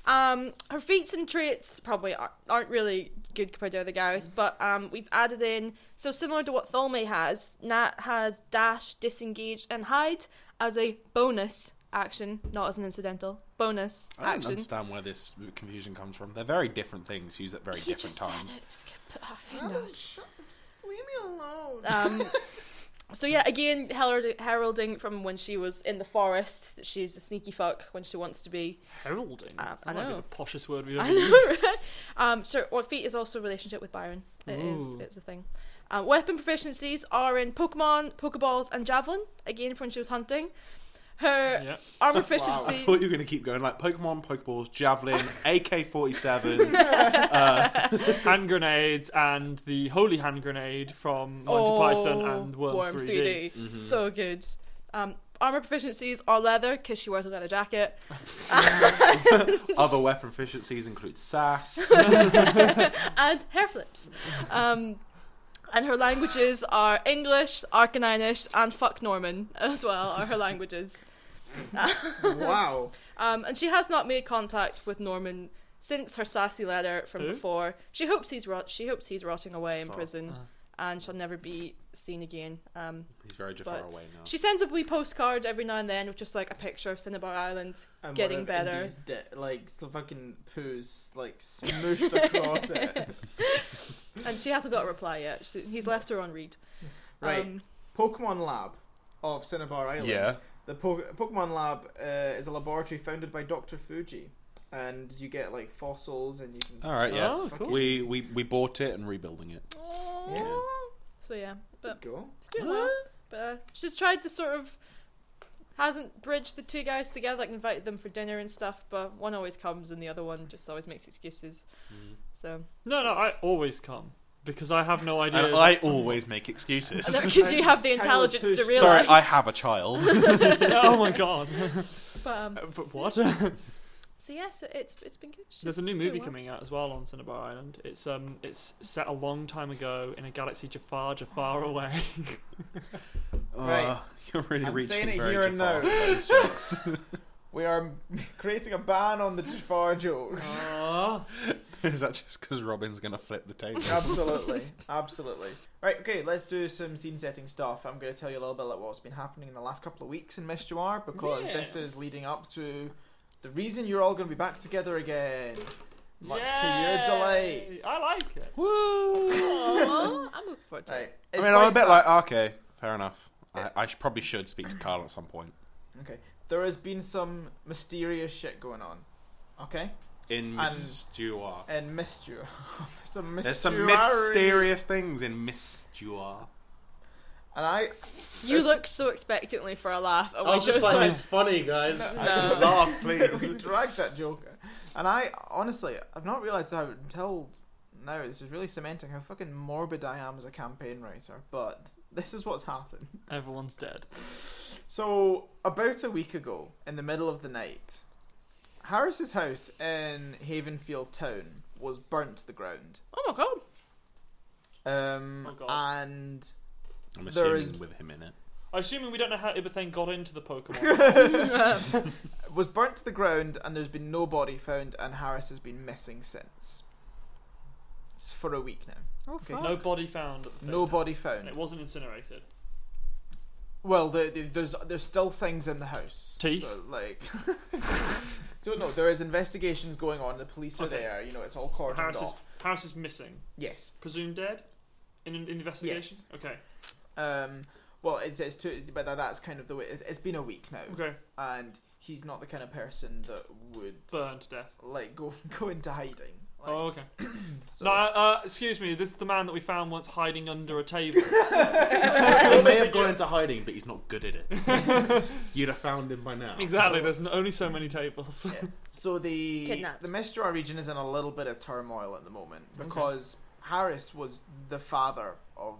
Um, her feats and traits probably aren't, aren't really good compared to other guys, but um, we've added in so similar to what Tholme has. Nat has dash, disengage, and hide as a bonus action, not as an incidental bonus
I don't
action.
understand where this confusion comes from. They're very different things used at very
He
different
just
times.
said it. Just get- Who knows?
leave me alone.
Um, so yeah, again, herald- heralding from when she was in the forest that she's a sneaky fuck when she wants to be.
Heralding.
Uh, I
that might
know.
be the poshest word we've ever
I know,
used.
right? Um, so well, feet is also a relationship with Byron. It is.
Ooh.
It's a thing. Um, weapon proficiencies are in Pokemon, Pokeballs, and Javelin. Again, from when she was hunting. Her
Yeah.
armor
I
proficiency.
thought you were going to keep going like Pokemon, Pokeballs, Javelin, AK 47s. uh,
hand grenades and the holy hand grenade from Monty
Oh,
Python and Worms, 3D.
So good. Um, armor proficiencies are leather because she wears a leather jacket.
Other weapon proficiencies include sass.
and hair flips. Um, and her languages are English, Arcaninish, and fuck Norman as well are her languages.
wow.
Um, and she has not made contact with Norman since her sassy letter from
Who?
before. She hopes he's rot- she hopes he's rotting away in
Fuck.
prison
Uh.
and shall never be seen again. Um,
He's very far
but
away now.
she sends a wee postcard every now and then with just like a picture of Cinnabar Island.
And
Getting
one of
better.
Indy's di- like so fucking poos like smooshed across
Um,
it.
And she hasn't got a reply yet. She, he's left her on read.
Right.
Um,
Pokemon Lab of Cinnabar Island.
Yeah.
The po- Pokemon Lab uh, is a laboratory founded by Dr. Fuji, and you get like fossils and you can.
All right, yeah.
Oh, cool.
We, we we bought it and rebuilding it.
Yeah.
So yeah, but
Go.
It's doing well. But uh, she's tried to sort of hasn't bridged the two guys together, like invited them for dinner and stuff. But one always comes, and the other one just always makes excuses. So
No, no, I always come because I have no idea.
And
Uh,
I always make excuses.
because you have the
Kind of
intelligence
too
to
sh-
realize.
Sorry, I have a child.
oh my god!
But, um,
but what?
so yes, it's it's been good. She's-
There's a new
she's
movie
doing well.
coming out as well on Cinnabar Island. It's um, it's set a long time ago in a galaxy Jafar, Jafar away.
Right.
Uh, you're really
I'm
reaching
saying it
very
here and
Jafar
now.
with those jokes.
We are creating a ban on the Jafar jokes.
Ah.
Is that just because Robin's gonna flip the table?
absolutely, absolutely. Right, okay, let's do some scene setting stuff. I'm going to tell you a little bit about what's been happening in the last couple of weeks in Mistjuar because
Yeah.
this is leading up to the reason you're all going to be back together again. Much to your
Yay!
delight.
I like it.
Aw, I'm looking forward to
Right.
it.
I
it's
mean, I'm a
quite
bit
sad.
like okay, fair enough. I, I should, probably should speak to Carl at some point
There has been some mysterious shit going on. Okay?
in
And-
Mistua.
And Mistjuar. some
There's some
mystery-
mysterious things in Mistua.
And I,
You look so expectantly for a laugh.
Oh,
and we just like-
funny, guys.
No.
Laugh,
we
please.
dragged that Joker. And I honestly, I've not realised how until now this is really cementing how fucking morbid I am as a campaign writer. But this is what's happened.
Everyone's dead.
So about a week ago, in the middle of the night, Harris's house in Havenfield Town was burnt to the ground.
oh my god.
Um,
Oh, God.
and
I'm
There
assuming
is-
with him in it.
Assuming we don't know how Ibethane got into the Pokemon.
was burnt to the ground, and there's been no body found, and Harris has been missing since. It's for a week now.
Oh
Okay.
fuck.
no body found. At the
No body
body.
found.
And it wasn't incinerated.
Well, the, the, there's there's still things in the house.
Teeth?
So, like, don't know. There is investigations going on. The police are
Okay.
there. You know, it's all cordoned
Harris is,
off.
Harris is missing,
Yes.
presumed dead, in an investigation.
Yes.
Okay,
Um. Well, it's it's too, but that, that's kind of the way. It, it's been a week now,
okay,
and he's not the kind of person that would
burned to death.
like go go into hiding. Like,
Oh, okay.
so-
No, uh, excuse me. This is the man that we found once hiding under a table.
he may have gone into hiding, but he's not good at it. You'd have found him by now.
exactly. There's n- only so many tables.
So the
Kidnapped.
the Mistral region is in a little bit of turmoil at the moment because Harris was the father of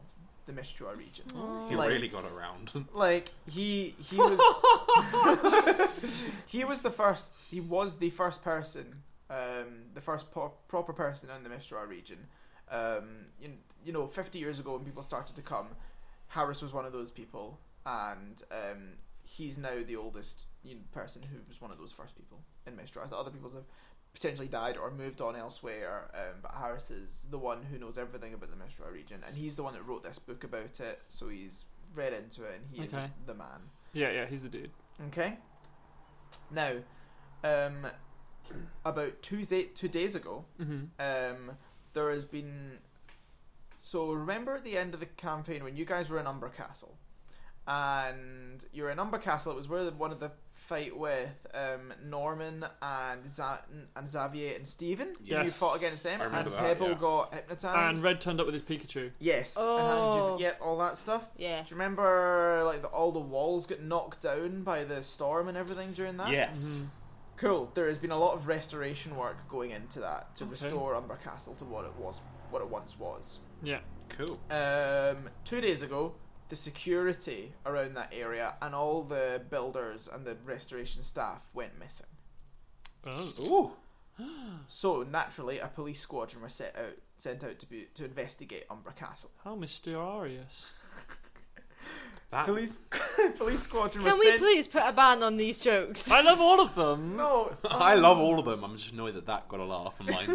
the Mistral region.
He
Like-
really got around.
Like he he was he was the first he was the first person um the first po- proper person in the Mistral region. Um you, you know 50 years ago when people started to come Harris was one of those people and um he's now the oldest you know, person who was one of those first people in Mistral. I thought other people have potentially died or moved on elsewhere um, but Harris is the one who knows everything about the Mistral region and he's the one that wrote this book about it so he's read into it and he is
Okay.
the man.
yeah, yeah. He's the dude.
Okay. Now, um, about two, za- two days ago,
Mm-hmm.
um, there has been. So remember at the end of the campaign when you guys were in Umber Castle, and you were in Umber Castle. It was where the, one of the fight with um, Norman and Za- and Xavier and Stephen. You
Yes.
fought against them,
I remember
and
that,
Pebble
yeah.
got hypnotized.
And Red turned up with his Pikachu.
yes,
Oh.
and yep, all that stuff.
Yeah.
Do you remember like the, all the walls got knocked down by the storm and everything during that?
Yes.
Mm-hmm.
Cool. There has been a lot of restoration work going into that to
Okay.
restore Umber Castle to what it was, what it once was.
Yeah.
Cool.
Um, two days ago, the security around that area and all the builders and the restoration staff went missing.
Oh.
Ooh.
So naturally, a police squadron were set out, sent out to be, to investigate Umber Castle.
How mysterious.
That
Police police squadron
Can
were
we
sent.
please put a ban on these jokes?
I love all of them.
no, Um,
I love all of them. I'm just annoyed that that got a laugh and mine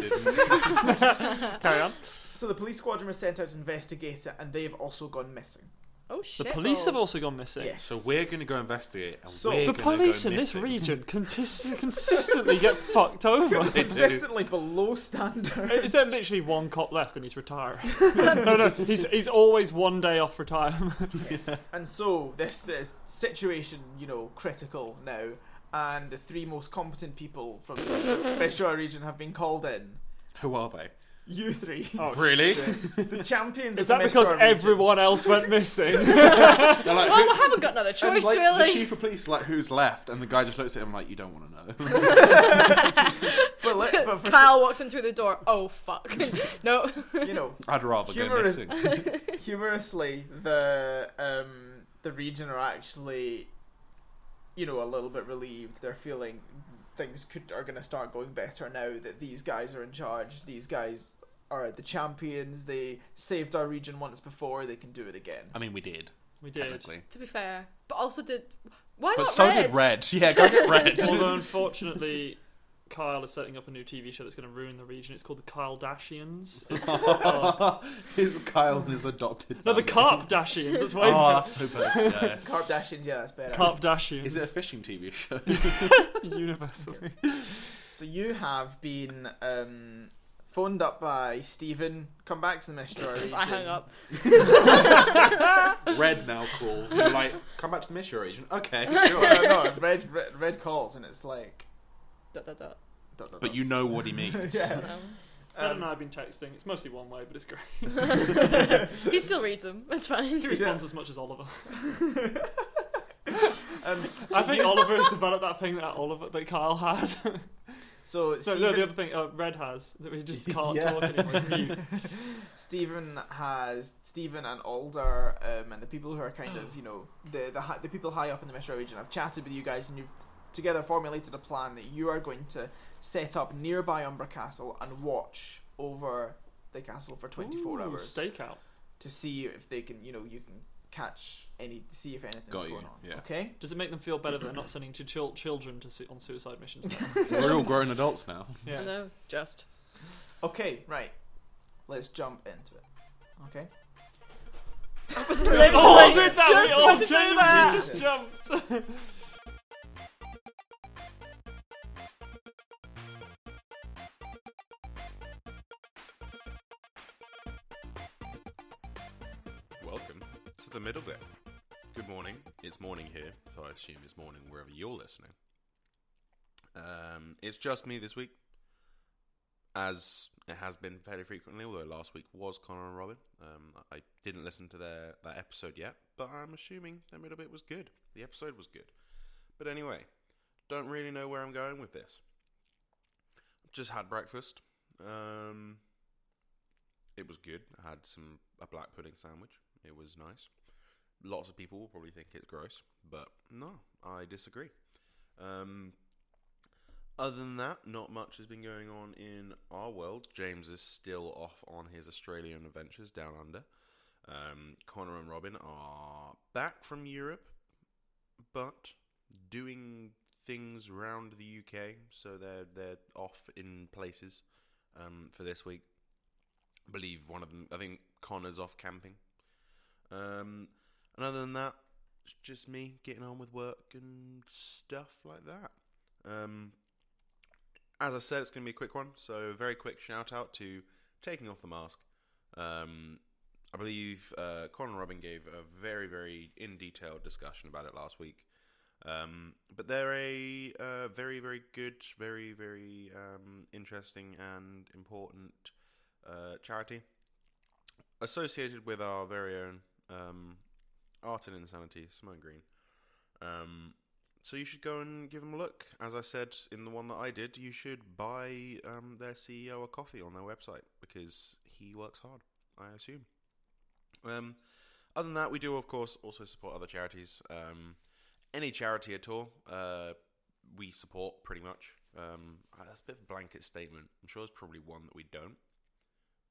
didn't.
Carry on.
So the police squadron was sent out to investigate it, and they've also gone missing.
Oh
The
shit.
police have also gone missing.
Yes.
so we're going to go investigate. And
So-
we're
The
gonna
police
go
in this
missing.
region contis- consistently get fucked over.
They do.
consistently below standard.
Is there literally one cop left and he's retiring? no, no, he's, he's always one day off retirement.
and so this this situation, you know, critical now, and the three most competent people from the Vestral region have been called in.
Who are they?
You three,
Oh,
really?
the champions.
Is
of
that
the
because
Vestral region.
everyone else went missing?
They're like,
Well,
who-
we haven't got another
it's
choice,
like
really.
The chief of police is like, who's left? And the guy just looks at him like, you don't want to know.
But, let, but for
Kyle walks in through the door. Oh fuck. no.
some- you know,
I'd rather
Humor is-
go missing.
humorously, the um the region are actually, you know, a little bit relieved. They're feeling things could are going to start going better now that these guys are in charge. These guys are the champions. They saved our region once before. They can do it again.
I mean, we did.
we did.
Technically.
To be fair, but also did. Why
But
not
so
red?
did Red. Yeah, go get Red.
Although, unfortunately, Kyle is setting up a new TV show that's going to ruin the region. It's called The Kyle Dashians. It's, oh.
His Kyle and his adopted.
No, The
family.
Carp Dashians. That's why.
Oh, that's so perfect. Yes.
Kardashians, yeah, that's better.
Carp Dashians.
Is it a fishing TV show?
universal?
So you have been um phoned up by Stephen. Come back to the mystery region.
I hung up.
Red now calls. And you're like, come back to the mystery agent. Okay,
No,
sure.
no, red, red, red calls, and it's like.
Dot dot dot.
dot, dot,
But
dot.
you know what he means.
Yeah.
No.
Ed
Um,
and I have been texting. It's mostly one way, but it's great.
He still reads them. That's fine.
He responds as much as Oliver.
um,
I think Oliver has developed that thing that Oliver that Kyle has.
so
so
Stephen,
no, the other thing uh, Red has that we just can't
Yeah.
talk anymore. It's mute.
Stephen has Stephen and Alder um, and the people who are kind of you know the the, hi- the people high up in the metro region. I've chatted with you guys and you've t- together formulated a plan that you are going to set up nearby Umbra Castle and watch over the castle for 24
Ooh,
hours
Stakeout.
to see if they can you know you can catch any see if anything's
Got you,
going on.
yeah.
Okay.
Does it make them feel better that they're not sending to chil- children to su- on suicide missions? now?
We're all grown adults now.
Yeah.
No, just.
Okay, right. Let's jump into it. Okay.
I was literally
We all did
just
that. We all
about to
jumped.
do that.
We just jumped.
Welcome to the middle bit. Good morning. It's morning here, so I assume it's morning wherever you're listening. Um, it's just me this week, as it has been fairly frequently, although last week was Connor and Robin. Um, I I didn't listen to their that episode yet, but I'm assuming the middle bit was good. The episode was good. But anyway, don't really know where I'm going with this. Just had breakfast. Um, it was good. I had some a black pudding sandwich. It was nice. Lots of people will probably think it's gross, but no, I disagree. Um, other than that, not much has been going on in our world. James is still off on his Australian adventures down under. Um, Connor and Robin are back from Europe, but doing things around the UK, so they're they're off in places um, for this week believe one of them. I think Connor's off camping. Um, and other than that, it's just me getting on with work and stuff like that. Um, as I said, it's going to be a quick one. So, very quick shout out to taking off the mask. Um, I believe uh, Connor and Robin gave a very, very in detail discussion about it last week. Um, but they're a uh, very, very good, very, very um, interesting and important uh, charity associated with our very own um, Art and Insanity, Simone Green. Um, so you should go and give them a look. As I said in the one that I did, you should buy um, their CEO a coffee on their website because he works hard, I assume. Um, other than that, we do, of course, also support other charities. Um, any charity at all, uh, we support pretty much. Um, ah, that's a bit of a blanket statement. I'm sure there's probably one that we don't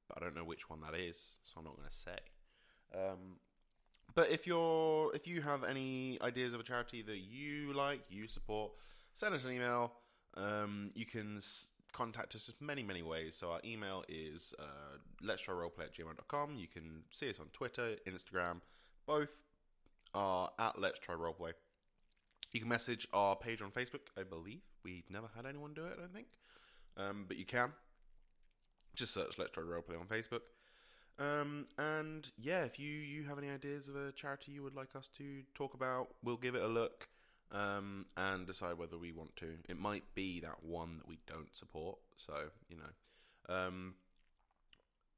but I don't know which one that is, so I'm not going to say. Um, but if you're if you have any ideas of a charity that you like, you support, send us an email. Um, you can s- contact us in many many ways. So our email is uh, let's try roleplay at gmail.com. You can see us on Twitter, Instagram, both are at let's try roleplay. You can message our page on Facebook. I believe we've never had anyone do it. I don't think, um, but you can just search Let's Try Roleplay on Facebook. Um, and yeah, if you, you have any ideas of a charity you would like us to talk about, we'll give it a look um, and decide whether we want to. It might be that one that we don't support, so you know. Um,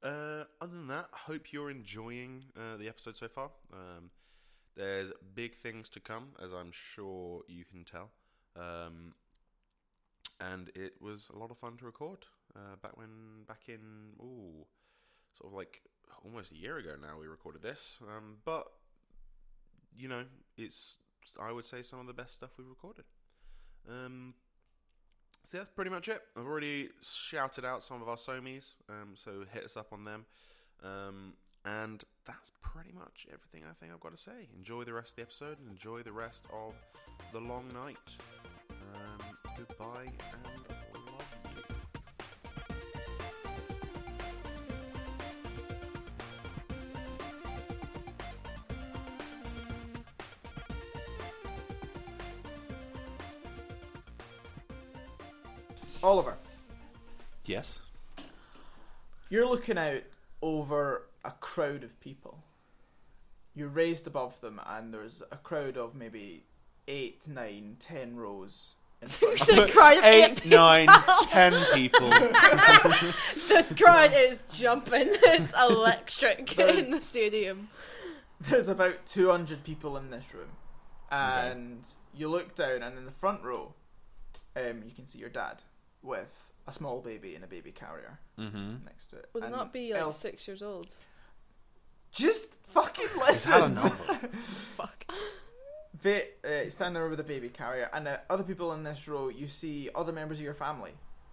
uh, other than that, hope you're enjoying uh, the episode so far. Um, there's big things to come, as I'm sure you can tell. Um, and it was a lot of fun to record. Uh, back when, back in, ooh, sort of like almost a year ago now, we recorded this. Um, but you know, it's I would say some of the best stuff we've recorded. Um, so that's pretty much it. I've already shouted out some of our somies, um, so hit us up on them. Um, and that's pretty much everything I think I've got to say. Enjoy the rest of the episode and enjoy the rest of the long night. Um, goodbye and love you.
Oliver,
Yes.
you're looking out over a crowd of people. You're raised above them, and there's a crowd of maybe eight, nine, ten rows in front of you.
The cry of
Eight,
it-
nine, ten people.
The crowd is jumping. It's electric in the stadium.
There's about 200 people in this room, and you look down, and in the front row, um, you can see your dad with a small baby in a baby carrier
Mm-hmm.
next to it.
Would it
And
not be like
else-
six years old?
Just fucking listen.
Fuck.
Ba- uh, standing over the baby carrier, and uh, other people in this row, you see other members of your family,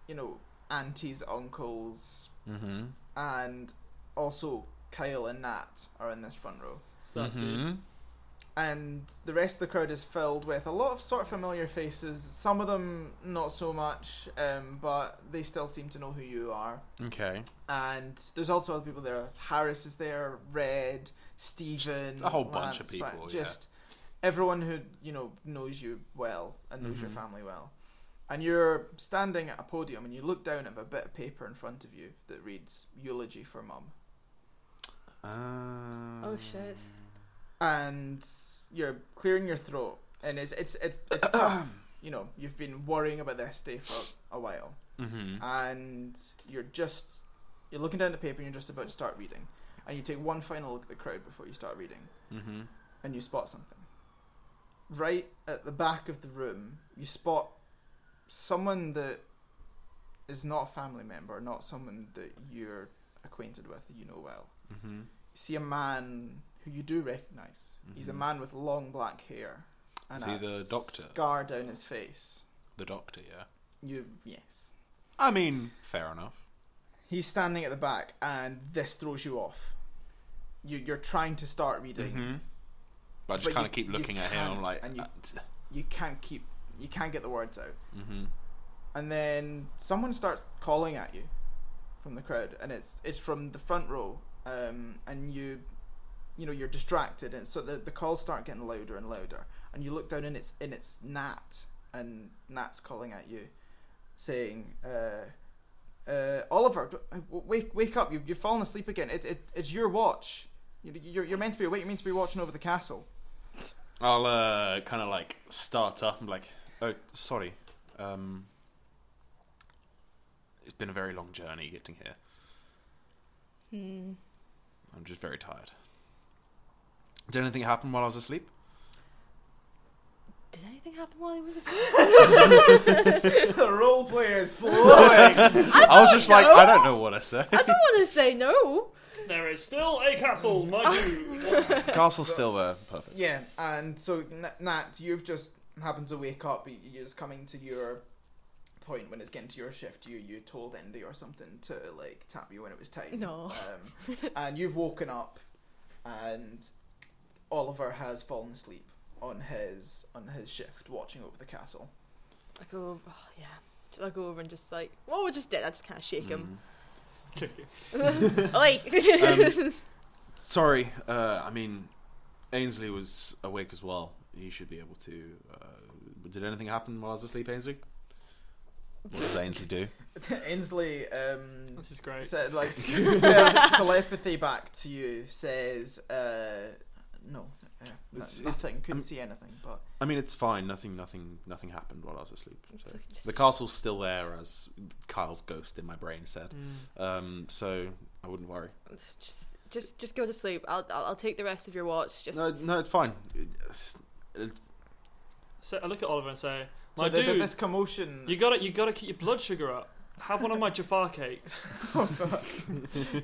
you know, aunties, uncles,
Mm-hmm.
and also Kyle and Nat are in this front row.
Mm-hmm.
Suck, dude.
and the rest of the crowd is filled with a lot of sort of familiar faces. Some of them not so much, um, but they still seem to know who you are.
Okay.
And there's also other people there. Harris is there, Red, Steven,
Just a whole bunch of
Lance, Frank-
people, yeah.
Just everyone who you know knows you well and knows your
Mhm.
family well. And you're standing at a podium, and you look down at a bit of paper in front of you that reads "Eulogy for Mum."
Um,
Oh, shit.
and you're clearing your throat, and it's it's it's, it's tough. You know, you've been worrying about this day for a while,
Mm-hmm.
and you're just you're looking down at the paper, and you're just about to start reading, and you take one final look at the crowd before you start reading,
mm-hmm.
and you spot something. Right at the back of the room, you spot someone that is not a family member, not someone that you're acquainted with, that you know well
Mm-hmm.
see a man who you do recognize. He's a
Mhm.
man with long black hair and
Is he
a
the doctor?
scar down his face.
The doctor, yeah.
You yes.
I mean, fair enough.
He's standing at the back, and this throws you off. You you're trying to start reading.
Mm-hmm. But I just
But
kind
you-
of keep
you
looking at him.
can't,
I'm like,
and you-
uh, t-
You can't keep you can't get the words out.
mhm.
And then someone starts calling at you from the crowd, and it's it's from the front row. Um, and you you know you're distracted, and so the the calls start getting louder and louder. And you look down, and it's and it's Nat, and Nat's calling at you, saying, uh, uh, "Oliver, d- w- wake wake up! You've you've fallen asleep again. It, it it's your watch. You- You're you're meant to be awake. You're meant to be watching over the castle."
I'll uh, kind of like start up and be like, oh, sorry. Um, it's been a very long journey getting here.
Hmm.
I'm just very tired. Did anything happen while I was asleep?
Did anything happen while he was asleep?
the role play is flowing.
I, was just like, I don't know what I said.
I don't want to say no.
There is still a castle, mind you.
Castle's still there. Perfect.
Yeah, and so N- Nat, you've just happened to wake up. y- You're just coming to your point when it's getting to your shift. You you told Indy or something to like tap you when it was time.
No.
Um, and you've woken up, and Oliver has fallen asleep on his on his shift, watching over the castle.
I go, oh, yeah. So I go over and just like, what we just did? I just kind of shake him.
Mm.
Oh, like,
Um, sorry, uh, I mean, Ainsley was awake as well. He should be able to. Uh, did anything happen while I was asleep, Ainsley? What does Ainsley do?
Ainsley um,
This is great.
said like te- telepathy back to you says uh, no. Uh,
It's- it-
nothing. Couldn't
I'm-
see anything, but
I mean, it's fine. Nothing, nothing, nothing happened while I was asleep. so.
So just-
The castle's still there, as Kyle's ghost in my brain said.
Mm.
Um, so I wouldn't worry.
just, just, just go to sleep. I'll, I'll, I'll take the rest of your watch. Just
No, no, it's fine. It's- it's-
So I look at Oliver and say,
So
"My
the- the-
dude,
this commotion.
you gotta, you gotta keep your blood sugar up. Have one of my Jafar cakes."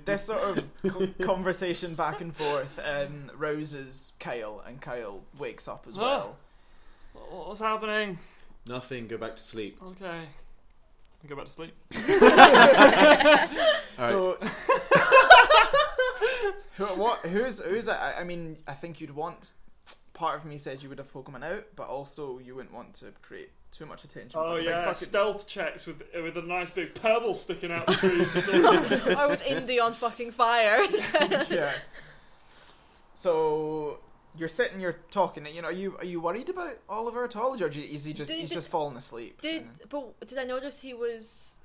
this Oh, sort of co- conversation back and forth um, rouses Kyle, and Kyle wakes up as
Ah.
well.
Wha- What's happening?
Nothing. Go back to sleep.
Okay, I go back to sleep.
All right.
So, who, what? Who's who's? I, I mean, I think you'd want. Part of me says you would have Pokemon out, but also you wouldn't want to create too much attention.
Oh
with a big
yeah,
fucking-
stealth checks with uh, with a nice big pebble sticking out the trees. It's all good.
or with Indy on fucking fire.
yeah. So you're sitting, you're talking. You know, are you are you worried about Oliver at all, or do you- is he just
Did-
he's
did-
just fallen asleep?
did,
And-
but did I notice he was?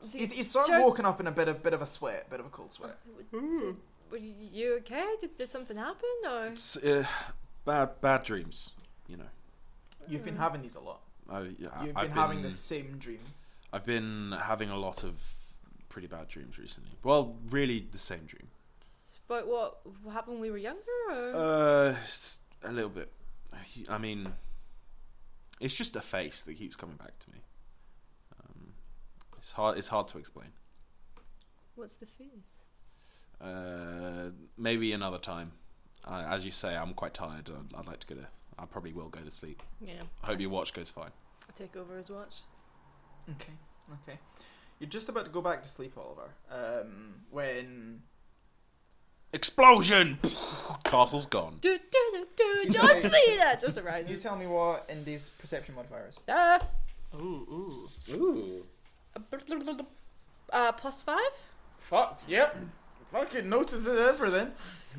was he-
He's, he's sort
Sure.
of woken up in a bit of bit of a sweat, bit of a cold sweat.
Did, were you okay? Did, did something happen? Or
It's, uh, bad, bad dreams. You know.
Uh,
You've
mm.
been having these a lot.
I, yeah,
You've been,
I've
having the same dream.
I've been having a lot of pretty bad dreams recently. Well, really the same dream.
but what, what happened when we were younger? Or?
Uh, s- a little bit. I mean, it's just a face that keeps coming back to me. Um, it's hard. It's hard to explain.
What's the face?
Uh, maybe another time. I, as you say, I'm quite tired. I'd, I'd like to go to. I probably will go to sleep.
Yeah,
I hope your watch goes fine.
I'll take over his watch.
Okay, okay. You're just about to go back to sleep, Oliver, um, when
Explosion! Castle's gone.
Do, do, do, do. John Cena just
Can you
arrives.
tell me what Indy's perception modifier is?
Uh,
Ooh, ooh.
Ooh.
uh, plus five?
Fuck. Yep. Fucking notices everything.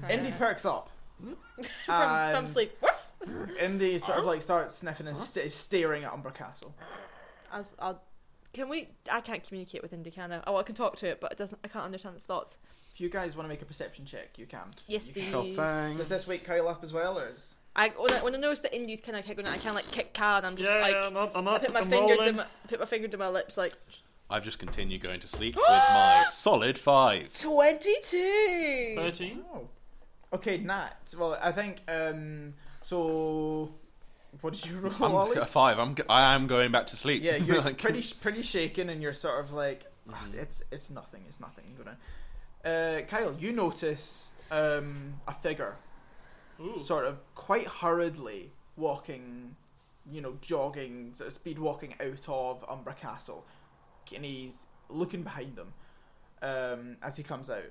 Indy uh, perks up.
From, from sleep. Woof.
Indy sort of like starts sniffing and st- is staring at Umber Castle.
As I'll, can we? I can't communicate with Indicana. Oh, I can talk to it, but it doesn't. I can't understand its thoughts.
If you guys want to make a perception check, you can.
Yes,
You
please.
can. Does this wake Kyle up as well, or is?
I when, I when I notice that Indy's kind of kicking it, I kind of like kick Car, and I'm just
Yeah,
like,
yeah, I'm up. I'm
I
up.
put my
I'm
finger to
rolling.
my, put my finger to my lips, like
I've just continued going to sleep with my solid five.
twenty-two.
Thirteen.
Oh. Okay, Nat. Well, I think. um So, what did you roll,
I'm
Ollie?
a five. I'm g- I am going back to sleep.
Yeah, you're
Like-
pretty pretty shaken, and you're sort of like, "Ah, it's it's nothing, it's nothing. You know, uh, Kyle, you notice um, a figure
Ooh.
sort of quite hurriedly walking, you know, jogging, sort of speed walking out of Umbra Castle, and he's looking behind him um, as he comes out,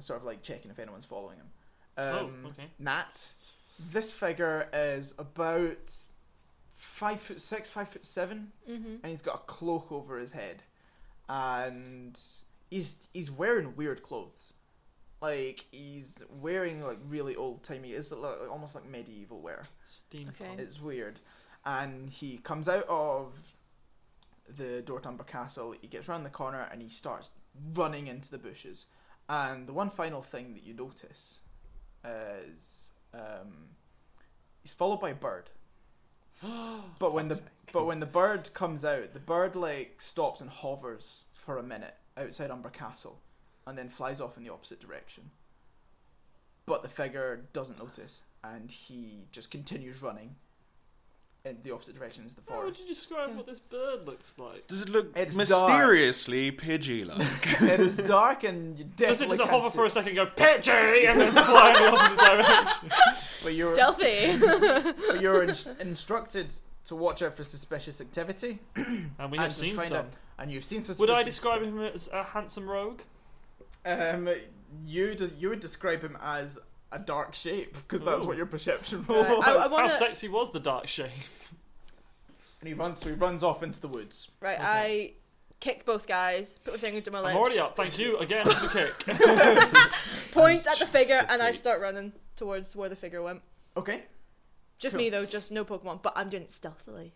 sort of like checking if anyone's following him. Um,
oh, okay.
Nat, this figure is about five foot six, five foot seven,
Mm-hmm.
and he's got a cloak over his head, and he's he's wearing weird clothes, like he's wearing like really old timey, it's like, almost like medieval wear.
Steam.
Okay.
It's weird, and he comes out of the Dortumber Castle. He gets round the corner and he starts running into the bushes. And the one final thing that you notice is um, he's followed by a bird. but when the but when the bird comes out, the bird like stops and hovers for a minute outside Umber Castle, and then flies off in the opposite direction. But the figure doesn't notice, and he just continues running in the opposite direction as the
How would
forest.
you describe
Yeah.
what this bird looks like?
Does it look
It's
mysteriously pidgey like?
it is dark, and you
Does it
definitely
does it
can't
hover
see
for a second, and go pitchy, and then fly in the opposite direction?
But you're,
Stealthy.
but you're inst- instructed to watch out for suspicious activity,
And we
And
have
to
seen
find
some.
out- and you've seen suspicious.
Would I describe him as a handsome rogue?
Um, you d- you would describe him as a dark shape because that's
Ooh. Uh,
what your perception roll
Right,
was.
I- I
How
wanna-
sexy was the dark shape?
And he runs, so he runs off into the woods.
right, I kick both guys. Put my finger to my lips.
I'm already up. Thank you again for the kick.
Point at the figure,
Just
and I
asleep.
start running towards where the figure went.
Okay,
Just
Cool.
me though, just no Pokemon. But I'm doing it stealthily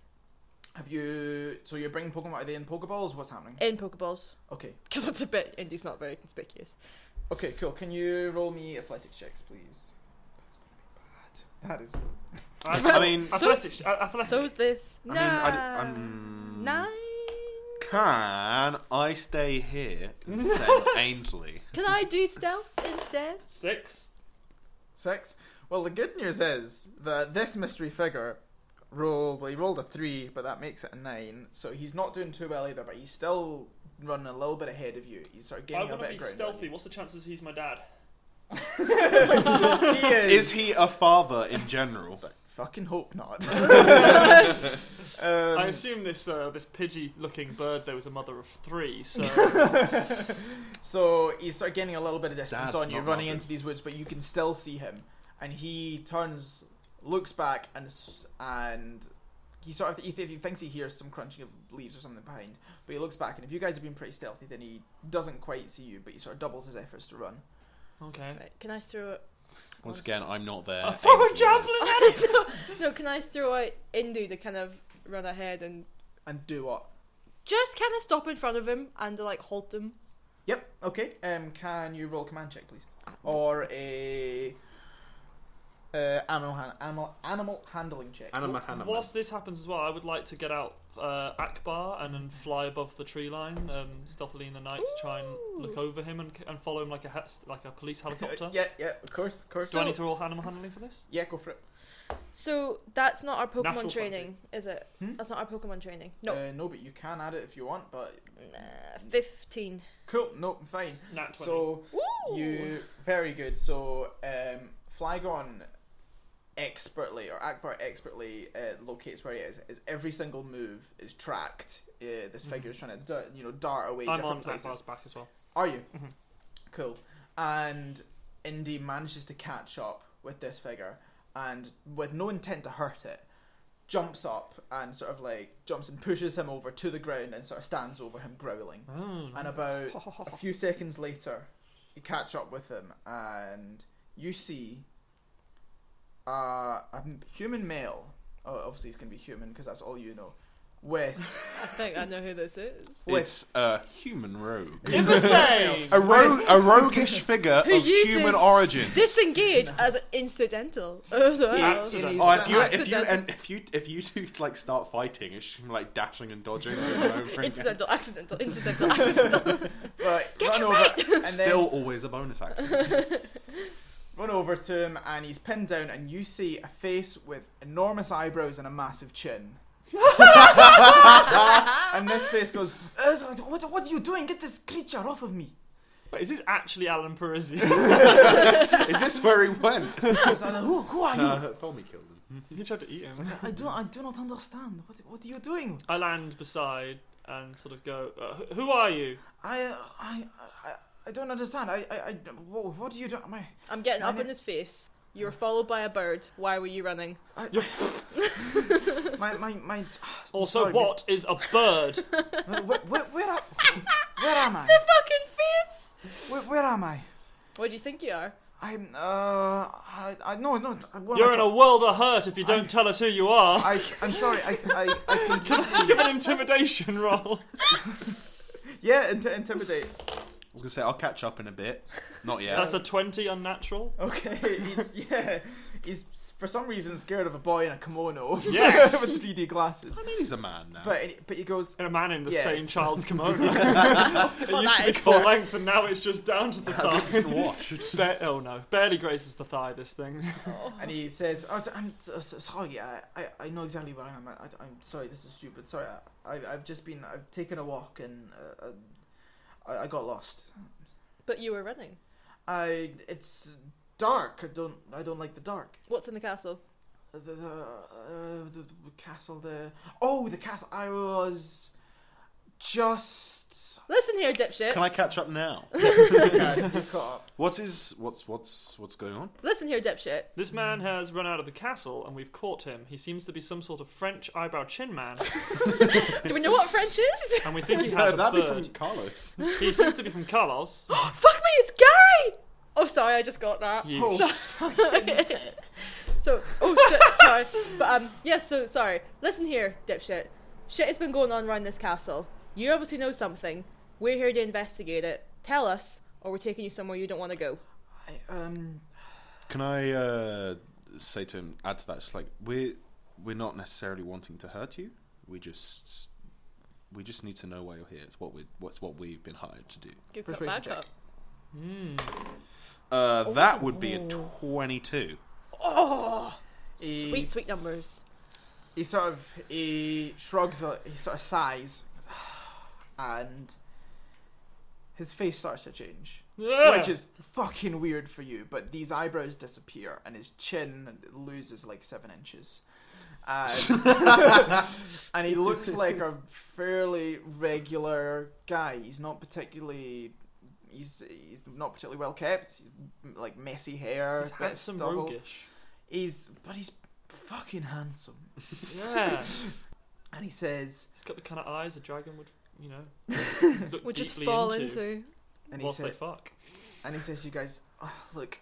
have you? So you're bringing Pokemon? Are they in Pokeballs? What's happening?
in Pokeballs
Okay,
because that's a bit. Indy's not very conspicuous.
okay, cool. Can you roll me athletics checks, please? That is
I mean,
So-
athletics. a- athletics.
So is this
I
nine?
mean, I, am
Nine.
Can I stay here and send Ainsley?
Can I do stealth instead?
six.
six. Well, the good news is that this mystery figure rolled. Well, he rolled a three, but that makes it a nine. So he's not doing too well either. But he's still running a little bit ahead of you. He's sort of
I
gaining a
want
bit
to be
of ground. on
stealthy.
you.
What's the chances he's my dad?
he is.
Is he a father in general?
Fucking hope not.
I
um,
assume this uh, this pidgey-looking bird there was a mother of three. So
so he's sort of getting a little bit of distance
Dad's
on you,
not
running
mothers.
into these woods, but you can still see him. And he turns, looks back, and s- and he sort of he, th- he thinks he hears some crunching of leaves or something behind. But he looks back, and if you guys have been pretty stealthy, then he doesn't quite see you, but he sort of doubles his efforts to run.
okay.
Right, can I throw it?
Once again, I'm not there.
I throw a
Ainsley is.
javelin at him.
No, can I throw it into the kind of run ahead and
And do what?
just kind of stop in front of him and like halt him?
Yep. Okay. Um, can you roll a command check, please,
Oh.
or a uh, animal han- animal animal handling check?
Anima
Wh-
Hanima.
Whilst this happens as well, I would like to get out uh, Akbar and then fly above the tree line um, stealthily in the night to try and look
Ooh.
over him and, c- and follow him like a he- like a police helicopter.
Uh, yeah, yeah, of course, of course.
Do I need to roll animal handling for this?
Yeah, go for it.
So that's not our Pokemon
Natural 20.
training, is it?
Hmm?
That's not our Pokemon training. No,
Uh, no, but you can add it if you want, but.
Nah, fifteen.
Cool, no, fine.
Nat twenty.
So,
Woo!
you. Very good. So, um, Flygon expertly, or Akbar expertly, uh, locates where he is. Is every single move is tracked. Uh, this
Mhm.
figure is trying to, da- you know, dart away
I'm
different
on
places.
Akbar's back as well.
Are you?
Mhm.
Cool. And Indy manages to catch up with this figure and, with no intent to hurt it, jumps up and sort of like jumps and pushes him over to the ground and sort of stands over him growling.
Oh,
And about a few seconds later, you catch up with him and you see uh, a m- human male. Oh, obviously, he's going to be human because that's all you know. With
I think I know who this is.
Wait.
It's a human rogue.
Give a thing!
A, rogue, a roguish figure
Who
of
uses
human origin.
Disengage as incidental as well.
in his-
Oh, if you if you
Accidental.
and if you if you do like start fighting, it's just like dashing and dodging over and over again.
Incidental, accidental, incidental, accidental.
right, run over and then
Still always a bonus action.
run over to him and he's pinned down and you see a face with enormous eyebrows and a massive chin. and this face goes, "Uh, what, what are you doing? Get this creature off of me.
Wait, is this actually Alan Parisi?
Is this where he went?
I was like, who, who are you?
Uh, Tommy killed him.
you tried to eat him.
I do, I do not understand. What, what are you doing?
I land beside and sort of go, uh, wh- who are you?
I, uh, I, I, I don't understand. I, I, I what, what are you doing? Am I,
I'm getting up in his face. You were followed by a bird. Why were you running?
I, my, my, my,
Also,
Sorry,
what is a bird?
where, where, where, are- where am I?
Fucking face!
Where, where am I?
What do you think you are?
I'm, uh, I, I, no, no. what am
You're
I
in
talking-
a world of hurt if you don't tell us who you are.
I, I'm sorry. I, I, I completely.
Give an intimidation roll.
Yeah, int- intimidate.
I was gonna say I'll catch up in a bit. Not yet.
That's a 20 unnatural.
Okay. He's, yeah, he's for some reason scared of a boy in a kimono.
Yes.
with 3D glasses.
I mean, he's a man now.
But but he goes.
And a man in the
Yeah.
same child's kimono. it used
that
to be
is
full
fair.
length and now it's just down to the thigh.
Hasn't been washed.
Ba- oh no, barely graces the thigh, this thing.
And he says, oh, t- "I'm so, so sorry. I, I, I know exactly where I am. I, I- I'm sorry. This is stupid. Sorry. I, I I've just been. I've taken a walk and uh, uh, I, I got lost.
But you were running.
I it's dark. I don't. I don't like the dark.
What's in the castle?
the the, uh, the the castle there. Oh, the castle. I was just.
Listen here, dipshit.
Can I catch up now?
Okay, you caught up.
What's his? What's what's what's going on?
Listen here, dipshit.
This man has run out of the castle and we've caught him. He seems to be some sort of French eyebrow chin man
Do we know what French is?
and we think he has a
that'd be
bird.
from Carlos.
He seems to be from Carlos.
Oh,
Fuck me, it's Gary! Oh, sorry, I just got that.
You
Oh,
So, oh shit, sorry. But, um, yes, so, sorry. Listen here, dipshit. Shit has been going on around this castle. You obviously know something. We're here to investigate it. Tell us, or we're taking you somewhere you don't want to go.
I, um.
Can I uh, say to him? Add to that, just like we're we're not necessarily wanting to hurt you. We just we just need to know why you're here. It's what we what's what we've been hired to do.
Good
cop, Persuasion bad check. cop.
Uh, that would be a twenty-two.
Oh,
He,
sweet, sweet numbers.
He sort of he shrugs. a- He sort of sighs, and his face starts to change,
Yeah.
which is fucking weird for you. But these eyebrows disappear, and his chin loses like seven inches. And, and he looks like a fairly regular guy. He's not particularly. He's, he's not particularly well kept. Like messy hair,
He's
bit of
handsome,
stubble.
roguish.
He's but he's fucking handsome.
Yeah. He's
And he says,
got the kind of eyes a dragon would, you know, look
We'll just
deeply
fall
into,
into.
and he
whilst they
says,
fuck.
and he says, to you guys, oh, look,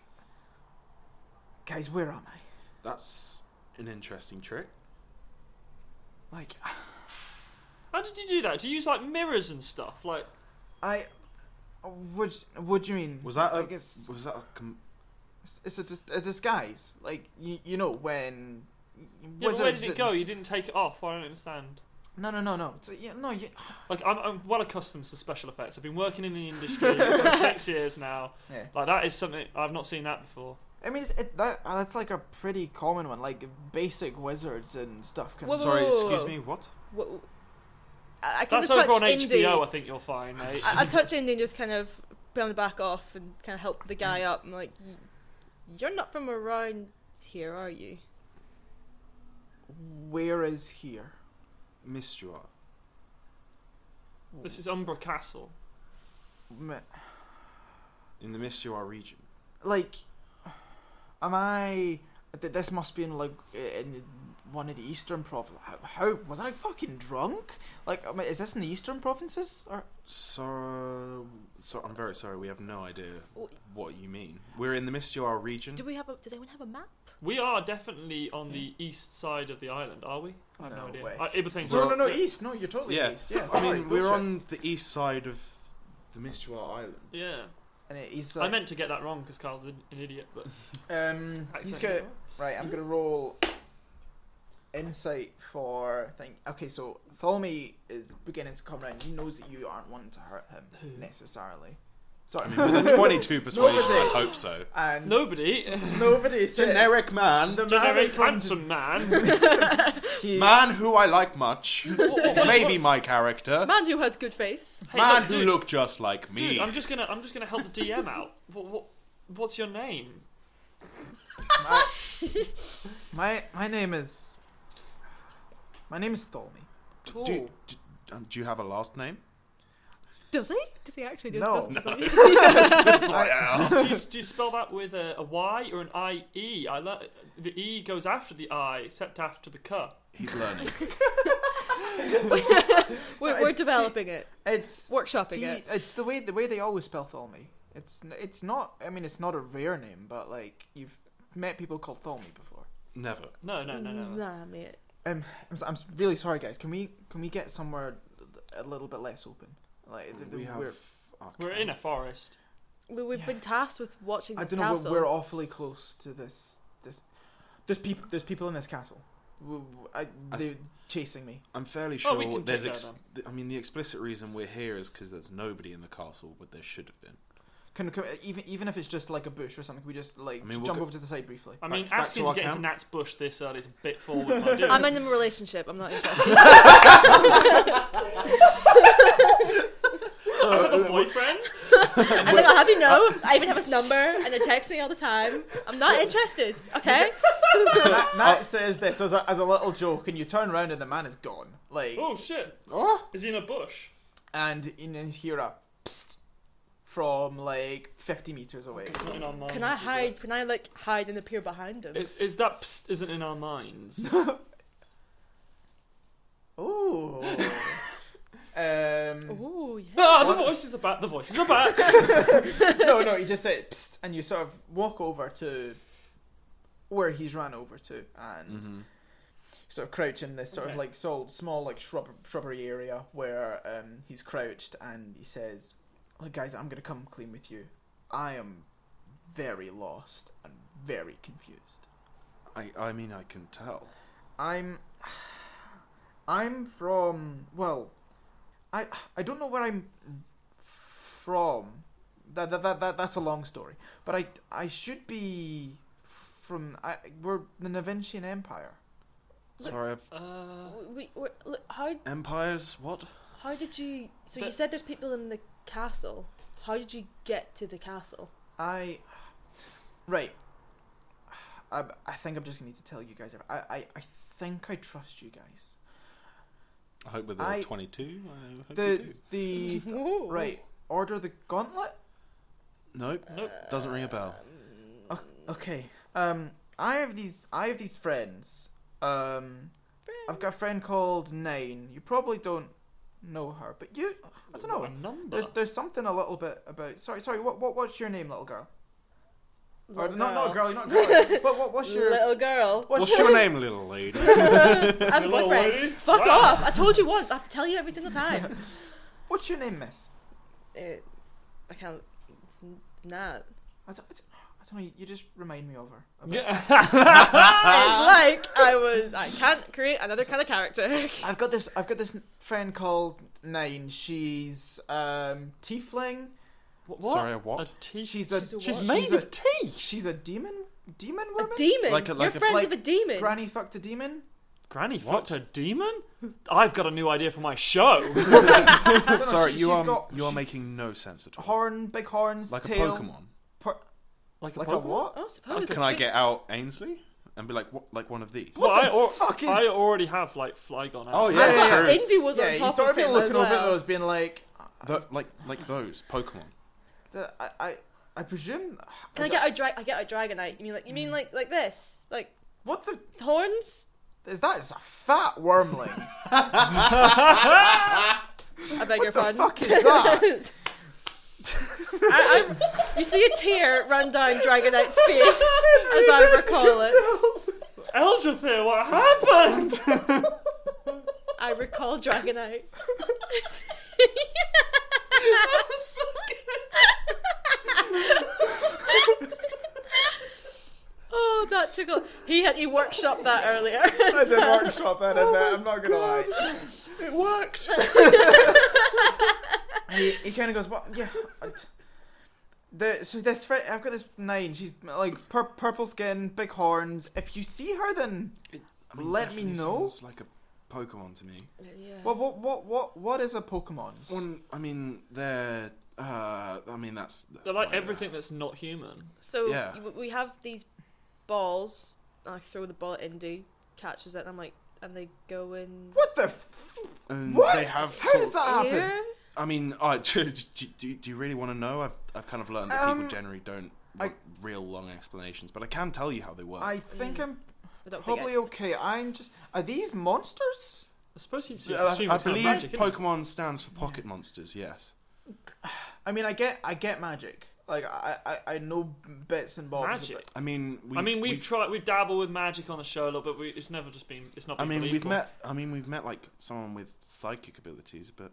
guys, where am I?
That's an interesting trick.
Like,
How did you do that? Do you use like mirrors and stuff? Like,
I, would, what do you mean?
Was that a
like it's
was that a com-
it's- it's a, dis- a disguise? Like you, you know when.
yeah, but where
wizards
did it
and-
go? You didn't take it off. I don't understand.
No, no, no, no. So, yeah, no, yeah,
Like, I'm, I'm well accustomed to special effects. I've been working in the industry for six years now.
yeah.
Like, that is something I've not seen that before.
I mean, it's, it, that uh, that's like a pretty common one. Like basic wizards and stuff. Can
Whoa, whoa,
Sorry,
whoa, whoa,
excuse
whoa.
me. What?
What, I, I kind
That's
of
over
touch
on
Indy.
HBO. I think you're fine, mate.
I, I touch Indy and just kind of put on the back off and kind of help the guy
Mm.
up. I'm like, "Y- you're not from around here, are you?
Where is here?
Miss Duarte.
This is Umbra Castle.
M-
In the Miss Duarte region.
like, am I? Th- this must be in like in one of the eastern provinces. How, how was I fucking drunk? Like, am I- is this in the eastern provinces? Or
So, so I'm very sorry. We have no idea
W-
what you mean. We're in the Mistyar region.
Do we have a? Does anyone have a map?
We are definitely on the east side of the island, are we? I have no,
No,
idea.
west.
Uh, Ibethane-
no, no, no,
Yeah.
east. No, you're totally
Yeah.
east. Yeah,
I
sorry,
mean, we're
bullshit.
on the east side of the Mistuar Island.
Yeah.
And it- uh, he's
I
like,
meant to get that wrong because Carl's an, an idiot, but
um, he's got
accidentally.
right. I'm gonna roll insight for thing. Okay, so follow me is beginning to come round. He knows that you aren't wanting to hurt him necessarily.
I
Sorry,
mean, with a 22 persuasion, I
Nobody.
hope so.
and
Nobody.
nobody said
Generic man,
The
Generic
man
handsome man.
he,
man who I like much, maybe my character,
Man who has good face.
Hey,
man
look,
who
dude,
looked just like me.
Dude, I'm just gonna I'm just gonna help the DM out. What, what what's your name?
my, my my name is my name is Tholme.
Cool.
do, do, um, do you have a last name?
Does he? Does he actually? Do,
No.
does, does
That's why I asked.
do, you, do you spell that with a, a Y or an I E? I le- the E goes after the I, except after the K.
He's learning.
he? We're,
No,
we're
it's-
developing it,
It's
workshopping
T-
it.
it's the way the way they always spell Tholme. It's n- it's not. I mean, it's not a rare name, but like you've met people called Tholme before.
Never.
No, no, no, no.
Nah, mate.
Um, I'm, s- I'm s- really sorry, guys. Can we can we get somewhere a little bit less open? Like the, the,
We have.
we're,
We're in a forest.
We, we've
Yeah.
been tasked with watching
I
this
don't know.
castle.
We're, we're awfully close to this. This there's people. There's people in this castle. W- w- I,
I
they're
th-
chasing me.
I'm fairly sure
Oh, we can
there's.
take
Ex-
that
I mean, the explicit reason we're here is because there's nobody in the castle, but there should have been.
Can, can even even if it's just like a bush or something, can we just like
I mean, we'll
jump
go-
over to the side briefly?
I
Back-
mean,
back
asking
to
to,
our
get into
camp.
Nat's bush this early is a bit forward, my dude.
I'm in a relationship. I'm not interested.
So I have a boyfriend.
I mean, I'll have you know, I even have his number, and they text me all the time. I'm not interested. Okay.
Nat, Nat says this as a, as a little joke, and you turn around and the man is gone. Like,
Oh shit!
oh,
Is he in a bush?
and you know, hear a psst from like fifty meters away.
It's not in our minds.
Can I
Oh, is it?
hide? Can I like hide and appear behind him?
It's, is that psst isn't in our minds?
Oh, um,
Oh yeah.
Ah, the
What?
voices are back. The voices are back.
no, no, you just say psst, and you sort of walk over to where he's ran over to, and
Mhm.
sort of crouch in this sort
Okay.
of like so small like shrub shrubbery area where um he's crouched, and he says, "Look, guys, I'm gonna come clean with you. I am very lost and very confused.
I, I mean, I can tell.
I'm, I'm from well, I I don't know where I'm from. That that, that, that that's a long story. But I I should be from I we're the Navintian Empire.
Look-
Sorry, I've,
Uh,
We, we, look, how
empires. What?
how did you? So you
But-
said there's people in the castle. How did you get to the castle?
I right. I I think I'm just gonna need to tell you guys. I I, I think I trust you guys.
I hope with a
I-
22. I hope you
The
do.
the right order the gauntlet.
Nope.
Nope.
Doesn't ring a bell.
O- Okay. Um, I have these. I have these friends. Um, I've got a friend called Nine. You probably don't know her, but you. I don't
A
know.
number.
There's there's something a little bit about. Sorry, sorry. What what what's your name, little girl?
Little
or,
girl.
Not not girl. You're not a girl. what what what's your
Little girl.
what's,
What's
your,
your name, little lady?
I have a
Little
boyfriend.
lady.
Fuck
Wow.
off! I told you once. I have to tell you every single time.
what's your name, Miss?
it, I can't. It's not.
I don't, I don't, I don't know. You, you just remind me of her. a bit.
Yeah.
It's like I was. I can't create another kind of character.
I've got this. I've got this friend called Nine. She's um tiefling.
what?
Sorry, a
A
what?
teeth.
She's a
She's a
She's
what?
made
She's
of
a-
teeth.
She's a demon. Demon
A
woman.
demon.
Like a- like
You're
a-
friends
like
of a demon.
Granny fucked a demon.
Granny
What?
fucked a demon. I've got a new idea for my show.
I don't know,
Sorry,
she-
you
she's
are
got
you are
she-
making no sense at all.
horn, big horns,
like
tail,
a Pokemon.
per-
like a,
like a
Pokemon?
what?
Oh, I suppose.
Can I get out Ainsley and be like what, like one of these?
Well, I, or,
fuck is-
I already have like Flygon.
Oh,
out.
Yeah,
Yeah,
sure.
Indy was
yeah,
on
he's
top
sort
of
of been
him
looking
as
over at
well.
those, being like,
Tho- like like those Pokemon.
the- I, I, I presume.
Can I
don't-
get out dra- I get out Dragonite? You mean like you mean like like this? Like
What the?
horns?
Is that? It's a fat wormling.
I beg your
the
pardon.
fuck is that?
I, I'm- you see a tear run down Dragonite's face as I recall it.
Eldrathir, what happened?
I recall Dragonite. oh, that took a. He had he workshopped that earlier.
I did workshop that,
Oh
and I'm not gonna lie.
It worked.
He, he kind of goes, "What? Yeah." I t- The, so this fri I've got this nine. She's like pur- purple skin, big horns. If you see her, then
I mean,
Let me
definitely
know.
sounds like a Pokemon to me.
Yeah.
what? What? What? What? What is a Pokemon?
One, I mean, they're. Uh, I mean, that's. that's uh,
They're like
quite a-
everything that's not human.
So
Yeah.
w- we have these balls. and I throw the ball at Indy, catches it, and I'm like, and they go in.
What the? F-
And
What?
They have.
How
sort
did
of-
that happen?
Here?
I mean, I do, do, do, do you really want to know? I've, I've kind of learned that
Um,
people generally don't
I-
want real long explanations, but I can tell you how they work.
I
Mm.
think I'm
I don't think I-
probably okay. I'm just. Are these monsters?
I suppose you'd
Yeah, I-
assume
I
it's kind
believe
of magic, isn't it?
Pokemon stands for Pocket Monsters. Yes.
I mean, I get, I get magic. Like I, I, I know bits and bobs.
Magic.
but-
I mean, we've,
I mean, we've, tried, we dabble with magic on the show a little bit. We, it's never just been, it's not
I
been
mean, we've
believable.
met. I mean, we've met like someone with psychic abilities, but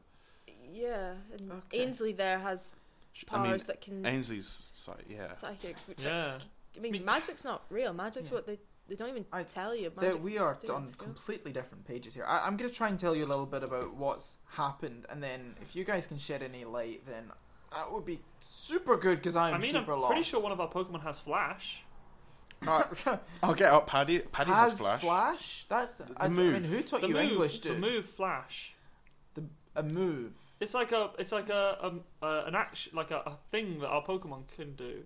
Yeah, and
Okay.
Ainsley there has
sh- I
powers
mean,
that can
Ainsley's psychic. Yeah.
psychic. Which
Yeah.
I, I mean,
mean-
magic's not real. Magic's
Yeah.
what they they don't even
I-
tell you.
There-
Magic
we
is
are
doing
on
this, you know?
completely different pages here. I, I'm going to try and tell you a little bit about what's happened, and then if you guys can shed any light, then that would be super good because I'm
I mean, I'm
super
pretty
lost.
sure one of our Pokemon has Flash.
Uh,
I'll get up. oh, Paddy. Paddy has,
has
flash.
That's the,
The
I, I
move.
mean, who taught
The
you
move,
English,
the
dude?
move Flash.
A move.
It's like a, it's like a, um, uh, an action, like a, a thing that our Pokemon can do.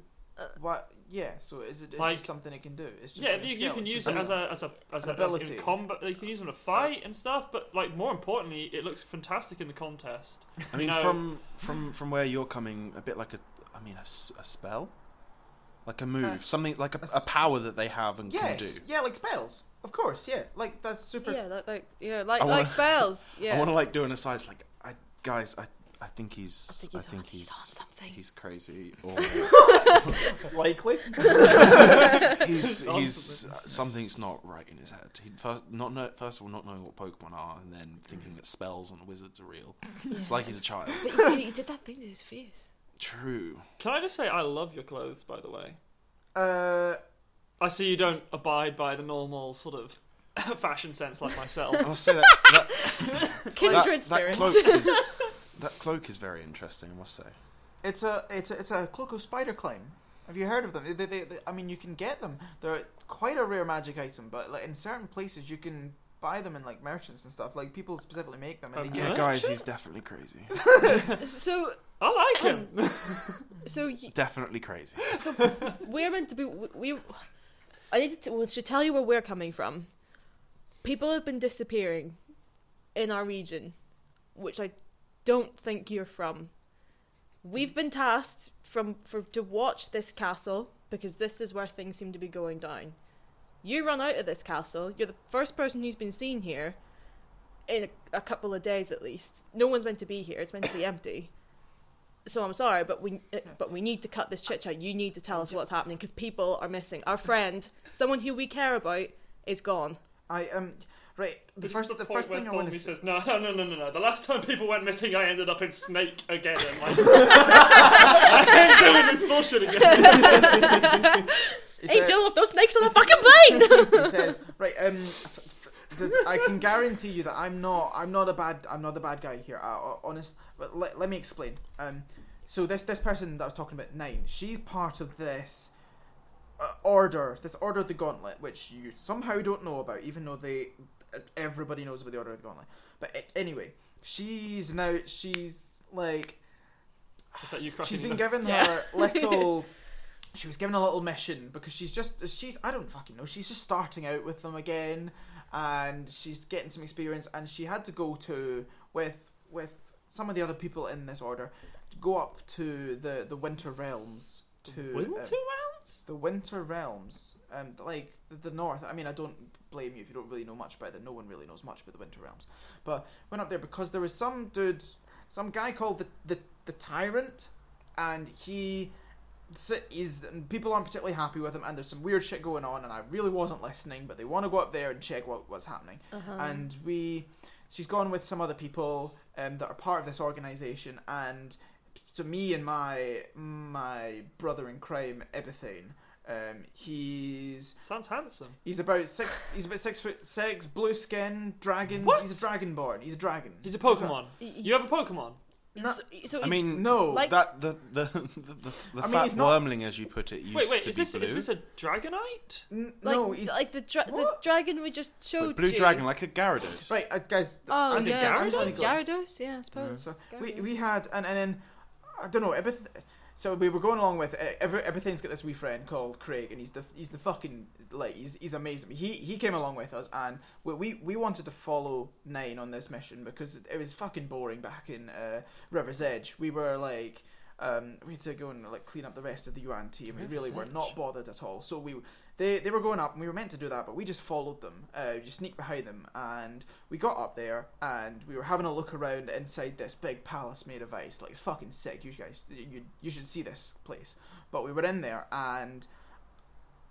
What? Yeah. So is it? It's
Like-
just something it can do. It's just
Yeah,
like a
you, you
skill,
can
it's
use
just
it
a
as a as a as
An
a like,
ability.
in combat. You can use it in a fight and stuff. But like more importantly, it looks fantastic in the contest.
I mean,
No.
from from from where you're coming, a bit like a. I mean, a, s- a spell, like a move, something like a,
a s-
a power that they have and
Yes.
can do.
Yeah, like spells. Of course. Yeah. Like that's super.
Yeah, like, like you know, like
I wanna-
like spells. Yeah.
I want to like do an aside. Like, I guys, I I think he's I
think
think
he's on- he's
he's
on something.
he's crazy or
Likely.
he's
on
he's something's not right in his head. He first not know, first of all not knowing what Pokemon are, and then thinking that spells and wizards are real. It's like he's a child.
But you see, he did that thing to his face.
True.
Can I just say I love your clothes, by the way.
Uh.
I see you don't abide by the normal sort of fashion sense like myself.
I'll say that that, that,
Kindred
that
spirits.
cloak is that cloak is very interesting. I must say.
It's a it's a, it's a Cloco spider climb. Have you heard of them? They, they, they- I mean, you can get them. They're quite a rare magic item, but like in certain places you can buy them in like merchants and stuff. Like people specifically make them. And they
Okay.
Yeah,
get,
Huh?
guys, he's definitely crazy.
so
I
Um,
like him.
so y-
definitely crazy.
we're meant to be. We. we- I need to. T- we should tell you where we're coming from. People have been disappearing in our region, which I don't think you're from. We've been tasked from for to watch this castle because this is where things seem to be going down. You run out of this castle. You're the first person who's been seen here in a, a couple of days at least. No one's meant to be here. It's meant to be empty. So I'm sorry, but we uh, but we need to cut this chit chat. You need to tell us what's happening because people are missing. Our friend, someone who we care about, is gone.
I um right. The
This
first
is the, point
first
where
thing I want
Thornby
to say.
says, no, no, no, no, no. The last time people went missing, I ended up in Snake again. And like, I ain't doing this bullshit again.
is
hey,
that-
Dylan, those snakes on the fucking plane.
he says right. Um, s- f- th- I can guarantee you that I'm not I'm not a bad I'm not a bad guy here. I, I- honest, but let, let me explain. Um, so this this person that I was talking about, nine, she's part of this uh, order, this order of the gauntlet, which you somehow don't know about, even though they uh, everybody knows about the order of the gauntlet. But a- anyway, she's now she's like
It's like you cracking
she's been
your-
given
Yeah.
her little she was given a little mission because she's just she's i don't fucking know she's just starting out with them again and she's getting some experience and she had to go to with with some of the other people in this order to go up to the the winter realms to
Will
um,
two rounds?
the winter realms um like the, the north i mean i don't blame you if you don't really know much about it no one really knows much about the winter realms but went up there because there was some dude some guy called the the, the tyrant and he s- is and people aren't particularly happy with him and there's some weird shit going on and i really wasn't listening but they want to go up there and check what, what's happening
Uh-huh.
Um,
and we she's gone with some other people um, that are part of this organization and so me and my my brother in crime Ebithane, um, he's
Sounds handsome.
he's about six he's about six foot six blue skin dragon
What?
he's a dragonborn he's a dragon
He's a Pokemon. You have a Pokemon.
No.
so, so
I
he's-
mean,
no
like-
that the the the, the, the
I mean,
fat
it's not-
wormling, as you put it, used
Wait, wait,
to
is
be
this
blue.
is this a Dragonite?
n-
like,
no he's
like the, dra- the
What?
dragon we just showed
But blue
you.
dragon, like a Gyarados.
right uh, guys
Oh
I'm just-
yeah,
I'm just-
Gyarados. Gyarados, yeah, I suppose.
So we, we had and and then I don't know everyth So we were going along with uh, every, everything's got this wee friend called Craig, and he's the he's the fucking like he's he's amazing. He he came along with us, and we we, we wanted to follow Nine on this mission because it, was fucking boring back in uh, River's Edge. We were like. Um, we had to go and like clean up the rest of the UN team. We really were
River's
not
Edge.
bothered at all. So we they they were going up, and we were meant to do that, but we just followed them. Uh, we just sneaked behind them, and we got up there and we were having a look around inside this big palace made of ice. Like it's fucking sick. You guys, you you should see this place. But we were in there and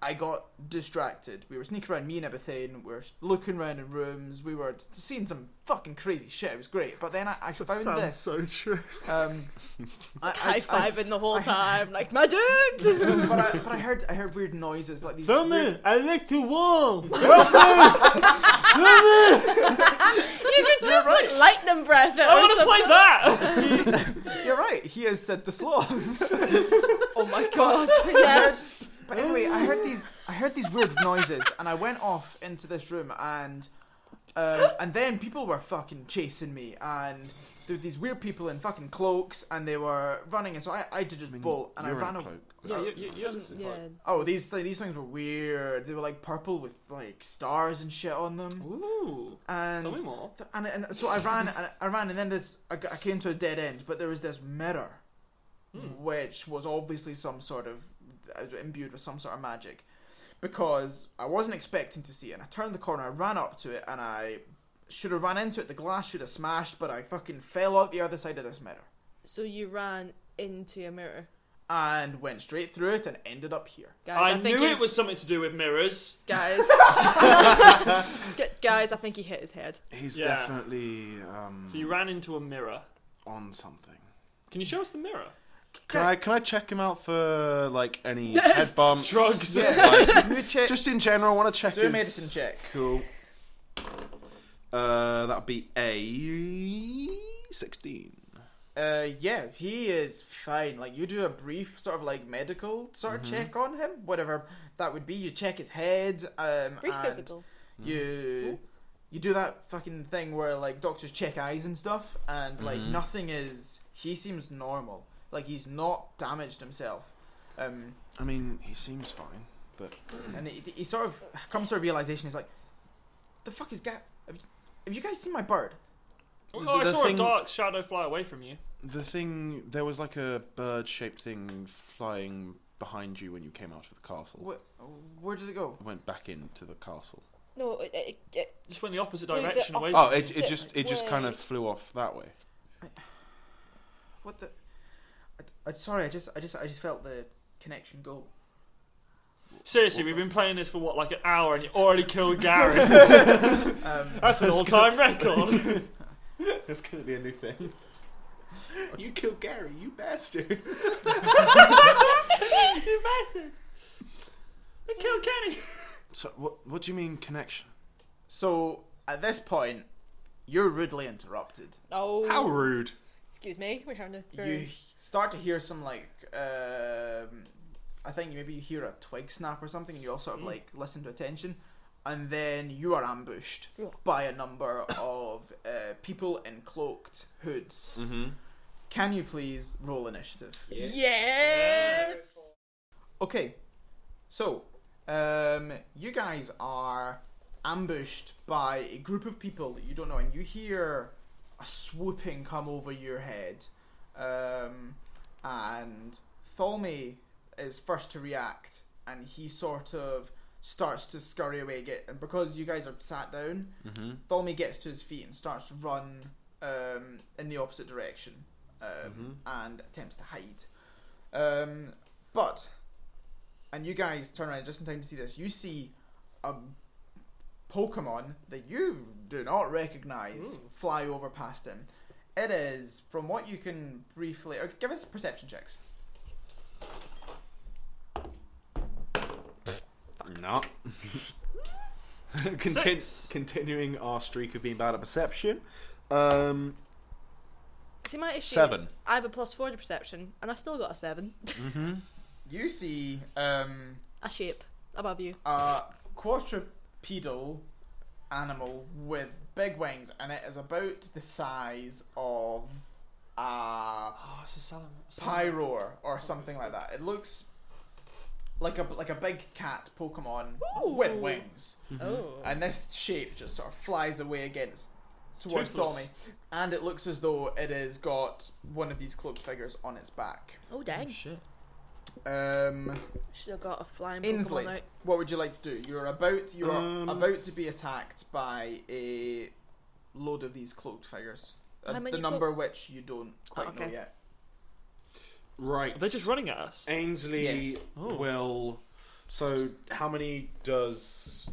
I got distracted. We were sneaking around me and everything. We were looking around in rooms. We were t- seeing some fucking crazy shit. It was great. But then I, I found
sounds
this.
so true.
Um, I, I-
High
I-
fiving the whole
I-
time, like my dude.
but I but I heard I heard weird noises like these. weird-
I like to walk.
you could just like lightning breath it.
I
or
want to
something.
play that.
You're right. He has said the sloth.
Oh my god! yes.
But anyway, I heard these I heard these weird noises, and I went off into this room, and um, and then people were fucking chasing me, and there were these weird people in fucking cloaks, and they were running, and so I, I had to just bolt, and I
You're in a
ran. away.
cloak.
yeah, you, you, you
Yeah.
Oh, these like, these things were weird. They were like purple with like stars and shit on them,
Ooh, tell me
and
more.
and, and so I ran, and I ran, and then this I, g- I came to a dead end, but there was this mirror,
Hmm.
which was obviously some sort of uh, imbued with some sort of magic, because I wasn't expecting to see it. And I turned the corner, I ran up to it, and I should have run into it. The glass should have smashed, but I fucking fell out the other side of this mirror
So you ran into a mirror,
and went straight through it and ended up here.
guys.
I,
I, think
knew it
he's-
was something to do with mirrors.
guys. Gu- guys, I think he hit his head.
He's
Yeah.
definitely um,
So you ran into a mirror.
on something.
Can you show us the mirror?
Can I can I check him out for like any head bumps,
Drugs.
like,
Can you check?
just in general, I want to check.
do a
his-
medicine check.
Cool. Uh, that'll be a sixteen.
Uh, yeah, he is fine. Like you do a brief sort of like medical sort of check on him, whatever that would be. You check his head. Um,
Brief
and
physical.
you you do that fucking thing where like doctors check eyes and stuff and like
Mhm.
nothing is he seems normal like he's not damaged himself um
I mean, he seems fine.
and he, he sort of comes to a realization he's like the fuck is guy have you, have you guys seen my bird
Oh,
The-
I
the
saw
thing-
a dark shadow fly away from you.
The thing there was like a bird-shaped thing flying behind you when you came out of the castle.
Wh- where did it go
It Went back into the castle.
No, it, it, it,
Just went the opposite
Through the
direction away.
Oh,
from you.
it, it just it just kind of
Sick.
flew off that way.
what the I, I sorry i just i just i just felt the connection go
Seriously, we've been playing this for what, like an hour, and you already killed Gary.
um
That's an all-time record.
That's gonna be a new thing. you killed Gary, you bastard.
you bastards! They killed Kenny.
So what what do you mean connection?
so at this point you're rudely interrupted
oh,
How rude.
excuse me. We're having a
you h- start to hear some like um, I think maybe you hear a twig snap or something, and you all sort of
Mm.
like listen to attention, and then you are ambushed
Yeah.
by a number of uh, people in cloaked hoods.
Mm.
Mm-hmm.
Can you please roll initiative?
yes.
Okay, so um, you guys are ambushed by a group of people that you don't know, and you hear a swooping come over your head. Um, and Tholme is first to react, and he sort of starts to scurry away. Get and because you guys are sat down,
Mm-hmm.
Tholme gets to his feet and starts to run um, in the opposite direction um, and attempts to hide. Um, but, and you guys turn around just in time to see this, you see a Pokemon that you do not recognize
Ooh.
fly over past him. It is, from what you can briefly. Or give us perception checks.
No. Contin-
Six.
continuing our streak of being bad at perception. Um,
See, my issue is
Seven.
I have a plus four to perception, and I've still got a seven.
You see um,
a shape above you.
a quadrupedal animal with big wings, and it is about the size of a
Oh, it's a salamander.
pyroar or something like that. It looks like a like a big cat Pokemon with
Ooh.
wings,
Oh.
and this shape just sort of flies away against towards
toothless.
Tommy, and it looks as though it has got one of these cloaked figures on its back.
oh dang.
shit.
Um,
Should have got a flying
Inslee.
Pokemon out.
what would you like to do? You're about you're
Um,
about to be attacked by a load of these cloaked figures. Uh,
How
the
many Oh,
number which you don't quite know
okay.
yet.
right.
Are they just running at us?
Ainsley
Yes.
Oh.
will. So how many does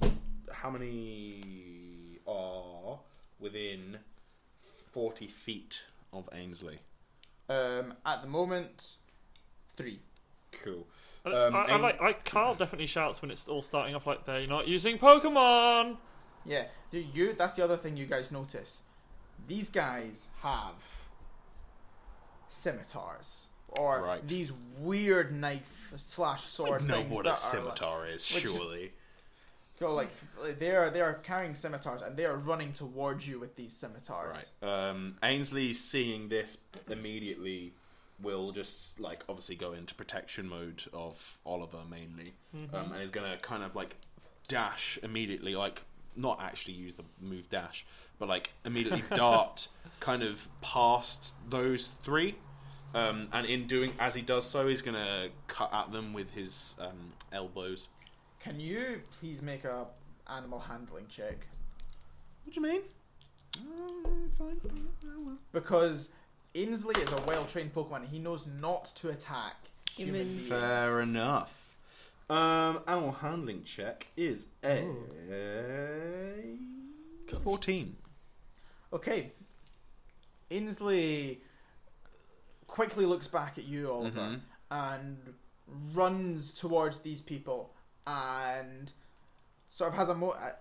how many are within forty feet of Ainsley?
Um, at the moment, three.
Cool.
I,
Um,
I, I
aim-
like, like Carl definitely shouts when it's all starting off like they're not using Pokemon.
Yeah, do you? That's the other thing you guys notice. These guys have scimitars or
Right.
these weird knife slash sword
Know
things
what
that
a
are
scimitar is,
which-
surely.
Like, go like like, they are they are carrying scimitars and they are running towards you with these scimitars.
Right. Um, Ainsley, seeing this immediately, will just like obviously go into protection mode of Oliver mainly, um, and is gonna kind of like dash immediately, like not actually use the move dash, but like immediately dart kind of past those three. Um, and in doing as he does so, he's gonna cut at them with his um, elbows.
Can you please make a animal handling check?
What do you mean? Uh, fine.
Because Inslee is a well trained Pokemon. He knows not to attack human beings.
Humans.
Fair enough. Um, animal handling check is a fourteen.
Okay. Inslee quickly looks back at you, Oliver,
Mhm.
and runs towards these people and sort of has a mo. uh,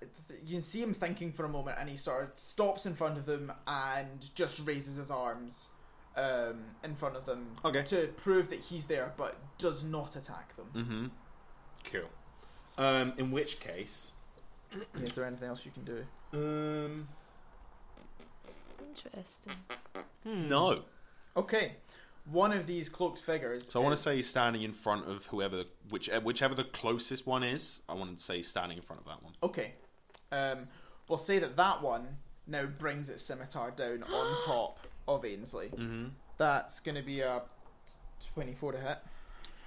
You can see him thinking for a moment, and he sort of stops in front of them and just raises his arms um, in front of them
Okay.
to prove that he's there, but does not attack them.
Mm-hmm. Cool. Um, in which case,
Is there anything else you can do?
um,
Interesting.
Hmm.
no.
Okay, one of these cloaked figures.
So I want
is-
to say he's standing in front of whoever, which uh, whichever the closest one is. I want to say standing in front of that one.
Okay. Um, we'll say that that one now brings its scimitar down on top of Ainsley.
Mm-hmm.
That's going to be a 24 to hit.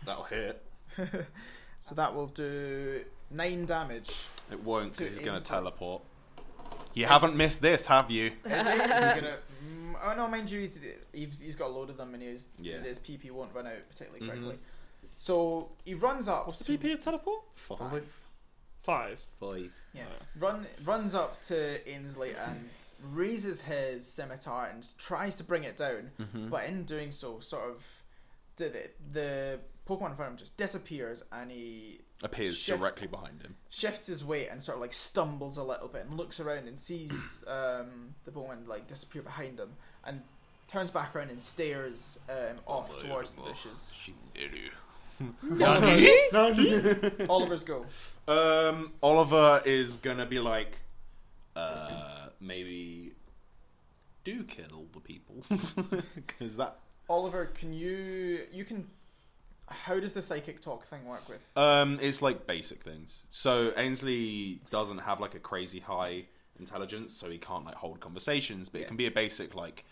That'll hit.
So that will do 9 damage.
It won't
To
because he's going to
insult.
teleport. You haven't missed this, have you?
Is he, is he gonna, mm, oh no, mind you, he's, he's, he's got a load of them and he's,
Yeah.
his PP won't run out particularly
Mhm.
quickly. So he runs up.
What's
to-
the PP of teleport?
Five.
Five.
Five.
Yeah.
Oh,
Run, runs up to Ainsley and raises his scimitar and tries to bring it down.
Mm-hmm.
But in doing so, sort of, the, the, the Pokemon in front of him just disappears and he
Appears
Shift.
directly behind him.
shifts his weight and sort of like stumbles a little bit and looks around and sees um, the Pokemon like disappear behind him and turns back around and stares um,
Oh,
off towards the bushes. Oliver's go.
Um, Oliver is gonna be like, uh, maybe do kill all the people because that.
Oliver, can you. You can. How does the psychic talk thing work with?
Um, it's like basic things. So Ainsley doesn't have like a crazy high intelligence, so he can't like hold conversations, but
Yeah.
it can be a basic like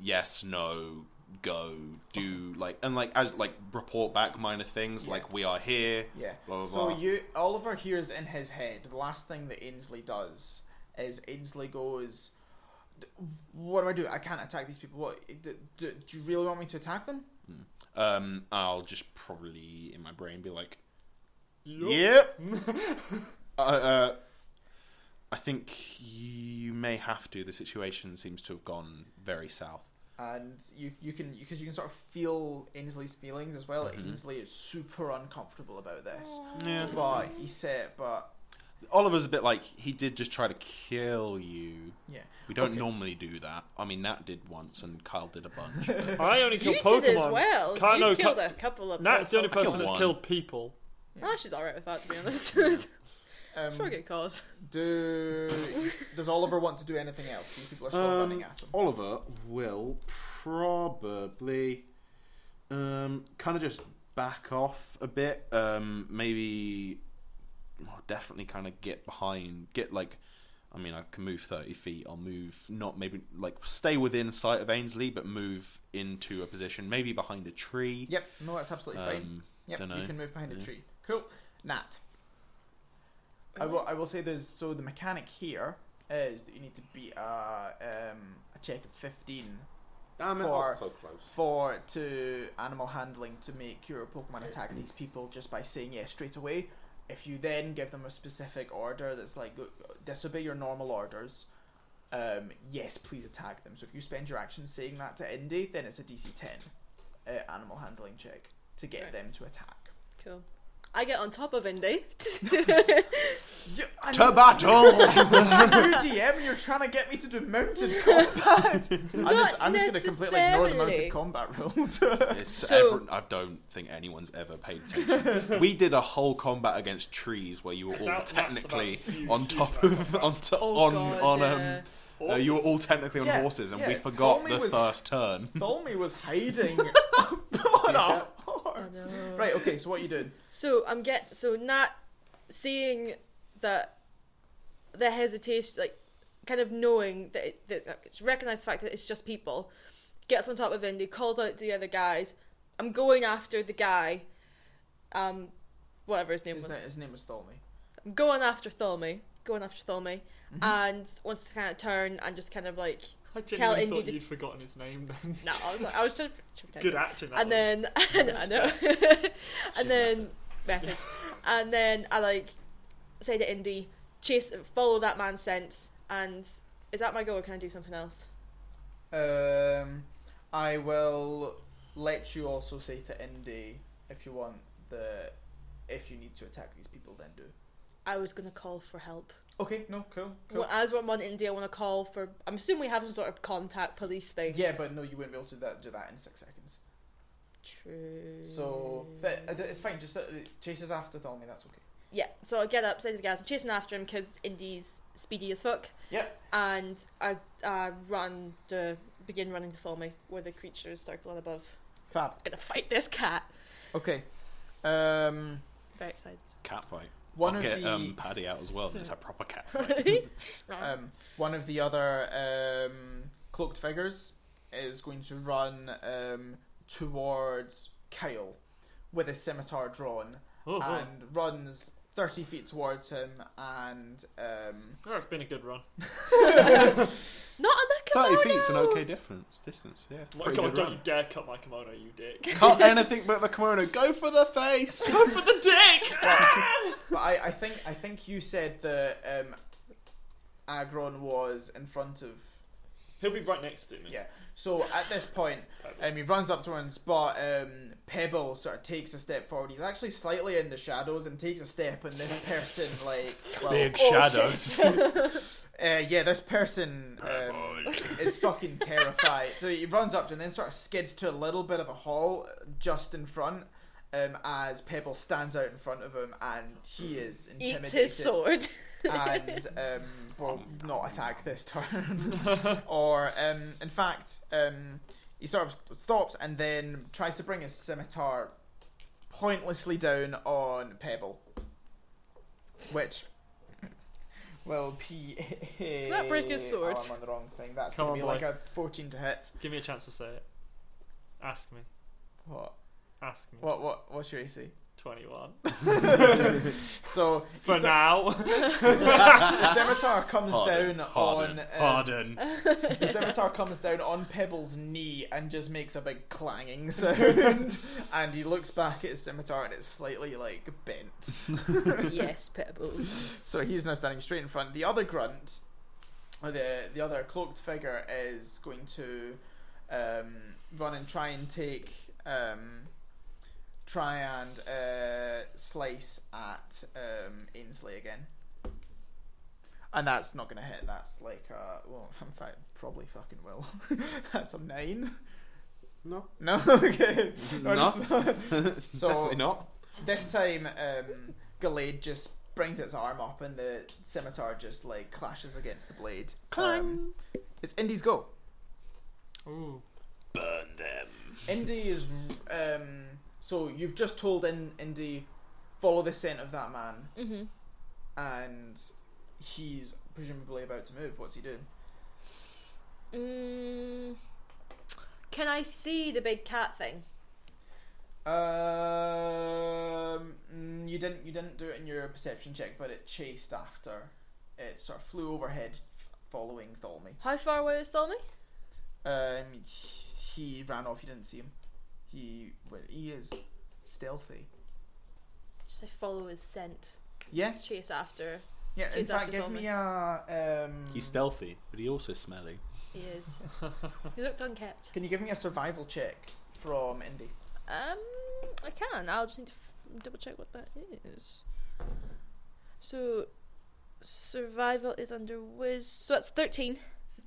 yes, no, go do like and like as like report back minor things
Yeah.
like we are here.
Yeah.
Blah, blah,
so
blah.
you Oliver hears in his head the last thing that Ainsley does is Ainsley goes, "D- "What do I do? I can't attack these people. What do, do, do you really want me to attack them?"
Um, I'll just probably in my brain be like,
Yup.
"Yep." uh, uh, I think you may have to. The situation seems to have gone very south.
And you you can because you can sort of feel Ainsley's feelings as well.
Mhm.
Ainsley is super uncomfortable about this,
Yeah.
but he said, "But
Oliver's a bit like he did just try to kill you.
yeah,
We don't
Okay.
normally do that. I mean, Nat did once, and Kyle did a bunch. But
I only
You
kill
did
Pokemon.
as well.
Can't-
you
no,
killed
can't-
a couple of.
Nat's the only
Pokemon.
person
killed
that's
one.
killed people.
Ah, she's alright with that, to be honest. for
um,
a good cause.
do does Oliver want to do anything else? These people are still
Um,
running at him.
Oliver will probably um, kind of just back off a bit. Um, maybe, well, definitely kind of get behind, get like, I mean, I can move 30 feet. I'll move, not maybe like stay within sight of Ainsley, but move into a position, maybe behind a tree.
Yep, no, that's absolutely fine.
Um,
Yep,
dunno.
you can move behind a
Yeah.
tree. Cool. Nat. I will. I will say there's so the mechanic here is that you need to beat a um, a check of fifteen
Damn
it, I was
so close.
for to animal handling to make your Pokemon attack these people just by saying yes straight away. If you then give them a specific order that's like go- disobey your normal orders, um, yes please attack them. So if you spend your action saying that to Indy, then it's a DC ten uh, animal handling check to get
Right.
them to attack.
Cool. I get on top of Indy.
You, I
To battle!
UDM, you're trying to get me to do mounted combat. I'm just, I'm just going to completely ignore the mounted
necessarily.
combat rules.
It's
So-
ever- I don't think anyone's ever paid attention. we did a whole combat against trees where you were all
That- that's about
technically
a huge,
on
huge
top
amount
of on to,
Oh,
on
God,
on
yeah.
um. uh, you were all technically on
Yeah,
horses, and we
yeah.
forgot
Tommy
the
was-
first turn.
Tholme was hiding up on a
Yeah.
horse.
I know.
Right, okay, so what are you doing?
So I'm get so not seeing that the hesitation, like kind of knowing that it, that uh, it's recognised the fact that it's just people, gets on top of Indy, calls out to the other guys. I'm going after the guy, um, whatever his name
His,
was.
na- his name was Tholme.
I'm going after Thelmy, going after Thelmy, and wants to kind of turn and just kind of like
I
Tell
genuinely
Indy
thought
to-
you'd forgotten his name then.
no, I was like, I was trying to, trying to
Good acting. That
and
was.
then I know, and then method, and then I like say to Indy, chase, follow that man's sense, and is that my goal? or Can I do something else?
Um, I will let you also say to Indy if you want the. If you need to attack these people, then do.
I was gonna call for help.
Okay, no, cool, cool.
Well, as I'm on Indy, I want to call for. I'm assuming we have some sort of contact police thing.
Yeah, but no, you wouldn't be able to do that, do that in six seconds.
True.
So
Mm.
that, it's fine. Just uh, chases after Tholme. That's okay.
yeah, so I get up, say to the guys, I'm chasing after him because Indy's speedy as fuck.
Yep.
And I I run to begin running to follow me where the creatures circling above.
Fab.
I'm gonna fight this cat.
Okay. Um,
Very excited.
Cat fight.
one
I'll
of
get
the
um, Paddy out as well. It's a proper cat fight. Uh,
um, one of the other um, cloaked figures is going to run um, towards Kyle with a scimitar drawn
Oh, boy.
and runs thirty feet towards him and um,
Oh, it's been a good run.
Not on the
Thirty
kimono.
feet's an okay difference distance. Yeah.
My
Pretty
God,
good
don't
run.
you dare cut my kimono, you dick.
Cut anything but the kimono. Go for the face.
For the dick!
But I, I think I think you said that um, Agron was in front of
He'll be right next to me.
yeah. So at this point, um, he runs up to her and spot um, Pebble sort of takes a step forward. He's actually slightly in the shadows and takes a step, and this person like well,
Big
Oh,
shadows.
uh, yeah, this person um,
Pebble.
is fucking terrified. so he runs up to and then sort of skids to a little bit of a hall just in front. Um, as Pebble stands out in front of him and he is intimidated
Eats his sword.
and um, will not attack this turn. or, um, in fact, um, he sort of stops and then tries to bring his scimitar pointlessly down on Pebble, which will be. Did
that break his sword?
Oh, I'm on the wrong thing. That's
Come
going
on,
to be
boy.
like a 14 to hit.
Give me a chance to say it. Ask me.
What?
Ask me.
What? What? What's your AC?
21.
So
For
the
now.
scimitar comes
Harden,
down on
harden,
uh,
Harden.
The scimitar comes down on Pebble's knee and just makes a big clanging sound. and he looks back at his scimitar and it's slightly like bent.
yes, Pebble.
So he's now standing straight in front. The other grunt, or the the other cloaked figure, is going to um, run and try and take, um, try and uh, slice at um, Ainsley again. And that's not going to hit. That's like a well, in fact, probably fucking will. that's a nine.
No.
No. Okay.
No.
So-
Definitely not.
This time, um, Gallade just brings its arm up and the scimitar just like clashes against the blade. Clang!
Um,
it's Indy's go.
Ooh.
Burn them.
Indy is. Um, so you've just told in- Indy, follow the scent of that man,
Mm-hmm.
and he's presumably about to move. What's he doing?
Mm. Can I see the big cat thing?
Um, mm, you didn't. You didn't do it in your perception check, but it chased after. It sort of flew overhead, f- following Tholme.
How far away is Tholme?
Um, he ran off. You didn't see him. He well, he is stealthy.
Just say follow his scent.
Yeah,
Chase after.
yeah.
Chase
in fact,
after
give
Thelmy.
me a um.
He's stealthy, but he also smelly.
He is. he looked unkept.
Can you give me a survival check from Indy?
Um, I can. I'll just need to f- double check what that is. So, survival is under whiz. So that's 13.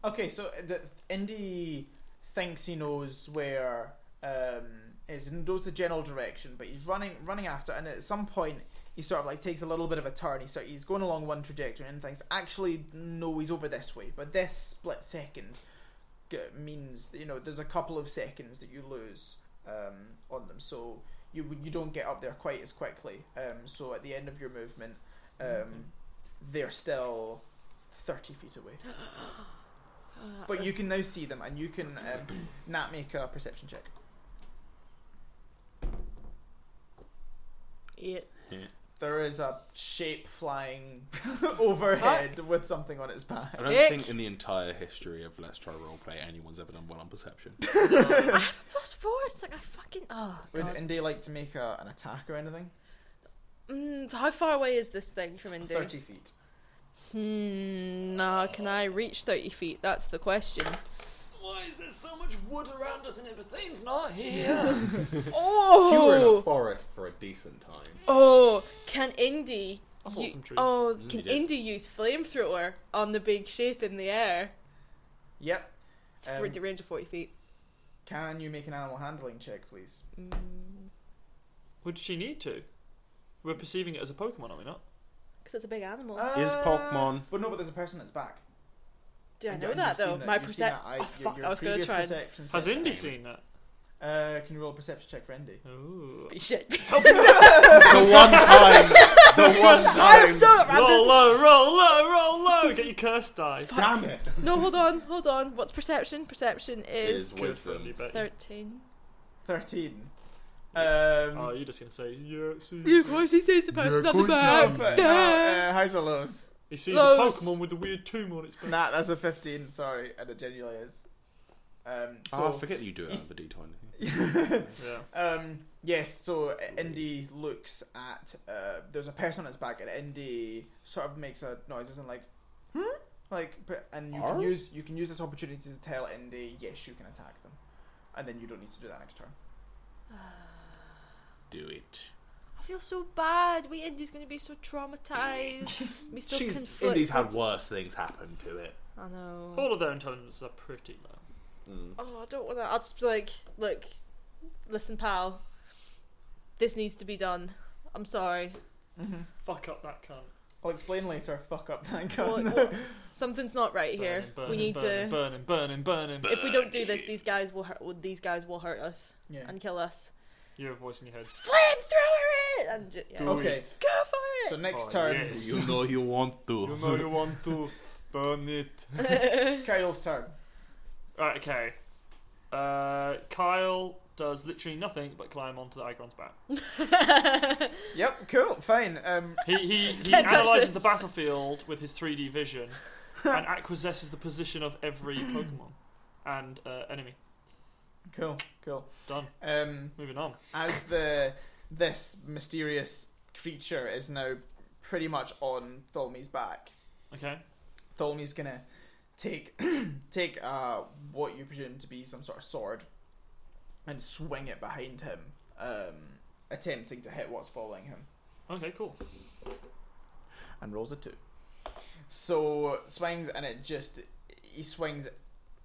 Okay, so uh, the Indy thinks he knows where um is and knows the general direction, but he's running running after, and at some point he sort of like takes a little bit of a turn. He sort he's going along one trajectory and thinks actually no, he's over this way. But this split second g- means you know there's a couple of seconds that you lose um on them, so you would- you don't get up there quite as quickly. Um, so at the end of your movement, um, they're still thirty feet away.
Uh,
But you can now see them, and you can um, not make a perception check.
Yeah.
There is a shape flying overhead with something on its
I
back.
don't
Dick.
think in the entire history of Let's Try Roleplay anyone's ever done well on perception.
I have a plus four. It's like I fucking. Oh,
Would
God.
Indy like to make a, an attack or anything?
Mm, so how far away is this thing from Indy?
Thirty feet.
Hmm. Nah, can I reach 30 feet? That's the question.
Why is there so much wood around us and Ibethane's not here?
You were in a
Oh!
forest for a decent time.
Oh! Can Indy.
I thought
u-
some trees.
oh,
Mm,
can
you did.
Indy use flamethrower on the big shape in the air?
Yep.
It's
Um,
for the range of 40 feet.
Can you make an animal handling check, please?
Mm.
Would she need to? We're perceiving it as a Pokemon, are we not?
Because it's a big animal.
Is
Uh,
Pokemon-
But no, but there's a person that's back.
Do I
And-
know
and
that
you've seen
though? My
you've seen
perception.
that. I-
oh,
your-
fuck,
your
I was gonna
previous
try. and-
perception
Has
said-
Indy seen that?
Uh, can you roll a perception check for Indy?
Ooh.
Shit.
the one time, the one time.
Roll
Don't random.
low, roll low, roll low. Get your curse die.
Damn it!
No, hold on, hold on. What's perception? Perception
Is
is
Good for
wisdom.
you, bet.
thirteen.
Thirteen.
Oh,
Um,
you're just gonna say yeah. It sees,
You of course he sees the person on the
no,
back.
but- no, uh, highs or lows?
he sees a
Those-
Pokemon with a weird tomb on its back.
Nah, that's a 15, sorry, and it genuinely is. Um, so,
Ah,
oh, I forget that you do it
Is-
on the d20.
Yeah.
um, yes, so uh, Indy looks at, uh, there's a person on its back, and Indy sort of makes a noise and like, hmm? Like, but- and you can
Arr?
use you can use this opportunity to tell Indy, yes, you can attack them, and then you don't need to do that next turn.
Do it.
I feel so bad. We Indy's gonna be so traumatized. be so
She's,
conflicted.
Indy's had worse things happen to it.
I know.
All of their intelligences are pretty low.
Mm.
Oh, I don't wanna. I'll just be like, look, listen, pal. This needs to be done. I'm sorry. Mm-hmm.
Fuck up that cunt.
I'll explain later. Fuck up, thank
Well,
God.
well, something's not right here.
Burn him, burn
we
him,
need
burn him,
to.
burn him, burn him, burn him.
If we don't do this, these guys will hurt. These guys will hurt us
yeah.
and kill us.
You have a voice in your head.
flamethrower it and ju- yeah.
Do
Okay,
it.
go for
so
it.
next
Oh,
turn,
yes.
You know you want
You
to.
know you want to burn it.
Kyle's turn.
Right. Okay. Uh, Kyle does literally nothing but climb onto the Agron's back.
Yep, cool, fine. Um,
He he, he
Can't touch
analyzes the
this.
battlefield with his 3D vision and acquiesces the position of every Pokemon and uh, enemy.
cool, cool.
Done.
Um,
Moving on.
as the this mysterious creature is now pretty much on Tholme's back,
Okay.
Tholme's gonna take take uh, what you presume to be some sort of sword and swing it behind him, um, attempting to hit what's following him.
Okay. Cool.
and rolls a two. So swings and it just he swings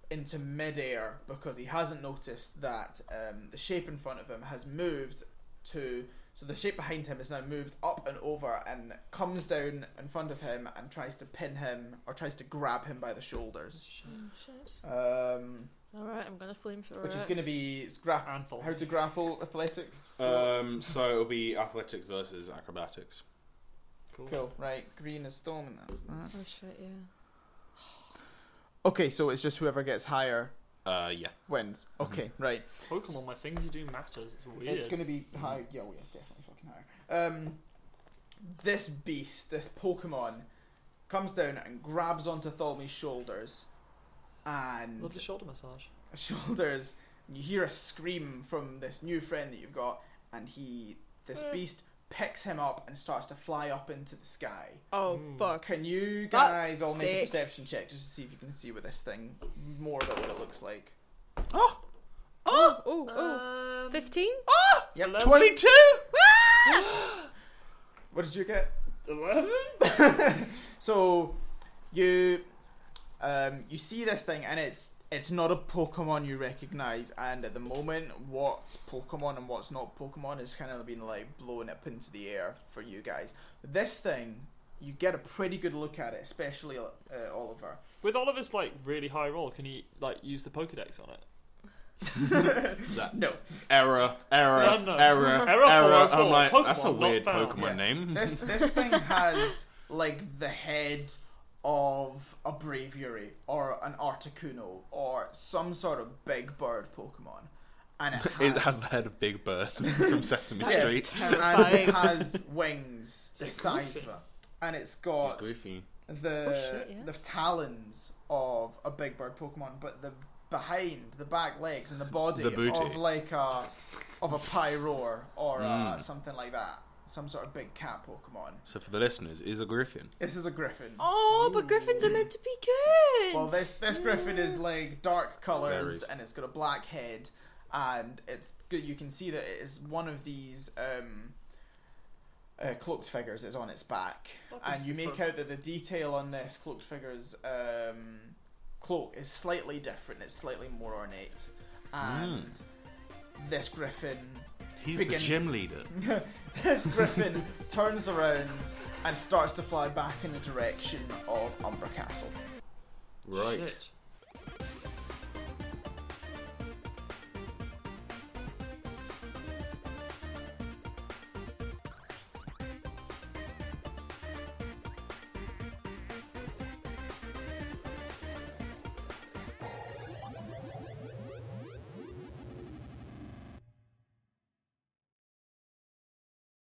into midair because he hasn't noticed that um, the shape in front of him has moved to so the shape behind him is now moved up and over and comes down in front of him and tries to pin him or tries to grab him by the shoulders. Um,
Alright, I'm gonna flame through
which is
it.
going to be it's grap-
And Thorn.
how to grapple athletics.
Um, so it'll be athletics versus acrobatics.
Cool.
cool, right? Green is storm and that's that.
Oh shit, yeah.
Okay, so it's just whoever gets higher
Uh, yeah.
wins. Okay, right.
Pokemon, my things you do matters. It's weird.
It's going to be high.
Mm.
Yeah, well, yes, definitely fucking higher. Um, this beast, this Pokemon, comes down and grabs onto Tholme's shoulders, and
Love the shoulder massage.
shoulders. And you hear a scream from this new friend that you've got, and he, this
Eh.
beast, picks him up and starts to fly up into the sky.
Oh
Hmm.
Ooh.
fuck.
Can you
Fuck's
guys all make a
sake.
perception check just to see if you can see what this thing more about what it looks like?
Oh! Oh, oh.
Um,
15?
Yep,
11?
What did you get?
11?
So you um, you see this thing and it's it's not a Pokemon you recognise and at the moment what's Pokemon and what's not Pokemon is kind of being like blown up into the air for you guys. But this thing you get a pretty good look at it, especially uh, Oliver.
With Oliver's like really high roll, can he like use the Pokedex on it?
That
No,
error, error,
No, no.
error,
Error
error. I'm
404.
like, that's a
Pokemon not
weird
found.
Pokemon
Yeah.
name.
this this thing has like the head of a Braviary or an Articuno or some sort of big bird Pokemon, and it has,
It has the head of Big Bird from Sesame
Yeah.
Street.
and it
Terrifying.
has wings the
It's
size
goofy.
of a, and it's got
It's goofy.
the
Oh, shit, yeah.
the talons of a big bird Pokemon, but the behind the back legs and the body
The booty.
of like a of a Pyroar or uh,
Mm.
something like that, some sort of big cat Pokemon.
So for the listeners, is a griffin.
This is a Griffin.
Oh, but griffins are meant to be good.
Well, this this griffin is like dark colors,
Berries.
and it's got a black head, and it's good. You can see that it is one of these um, uh, cloaked figures is on its back,
Happens
and you
to
make
fur-
out that the detail on this cloaked figure's um, cloak is slightly different. It's slightly more ornate, and this griffin
He's
Begins-
the gym leader.
this griffin turns around and starts to fly back in the direction of Umbra Castle.
Right.
Shit.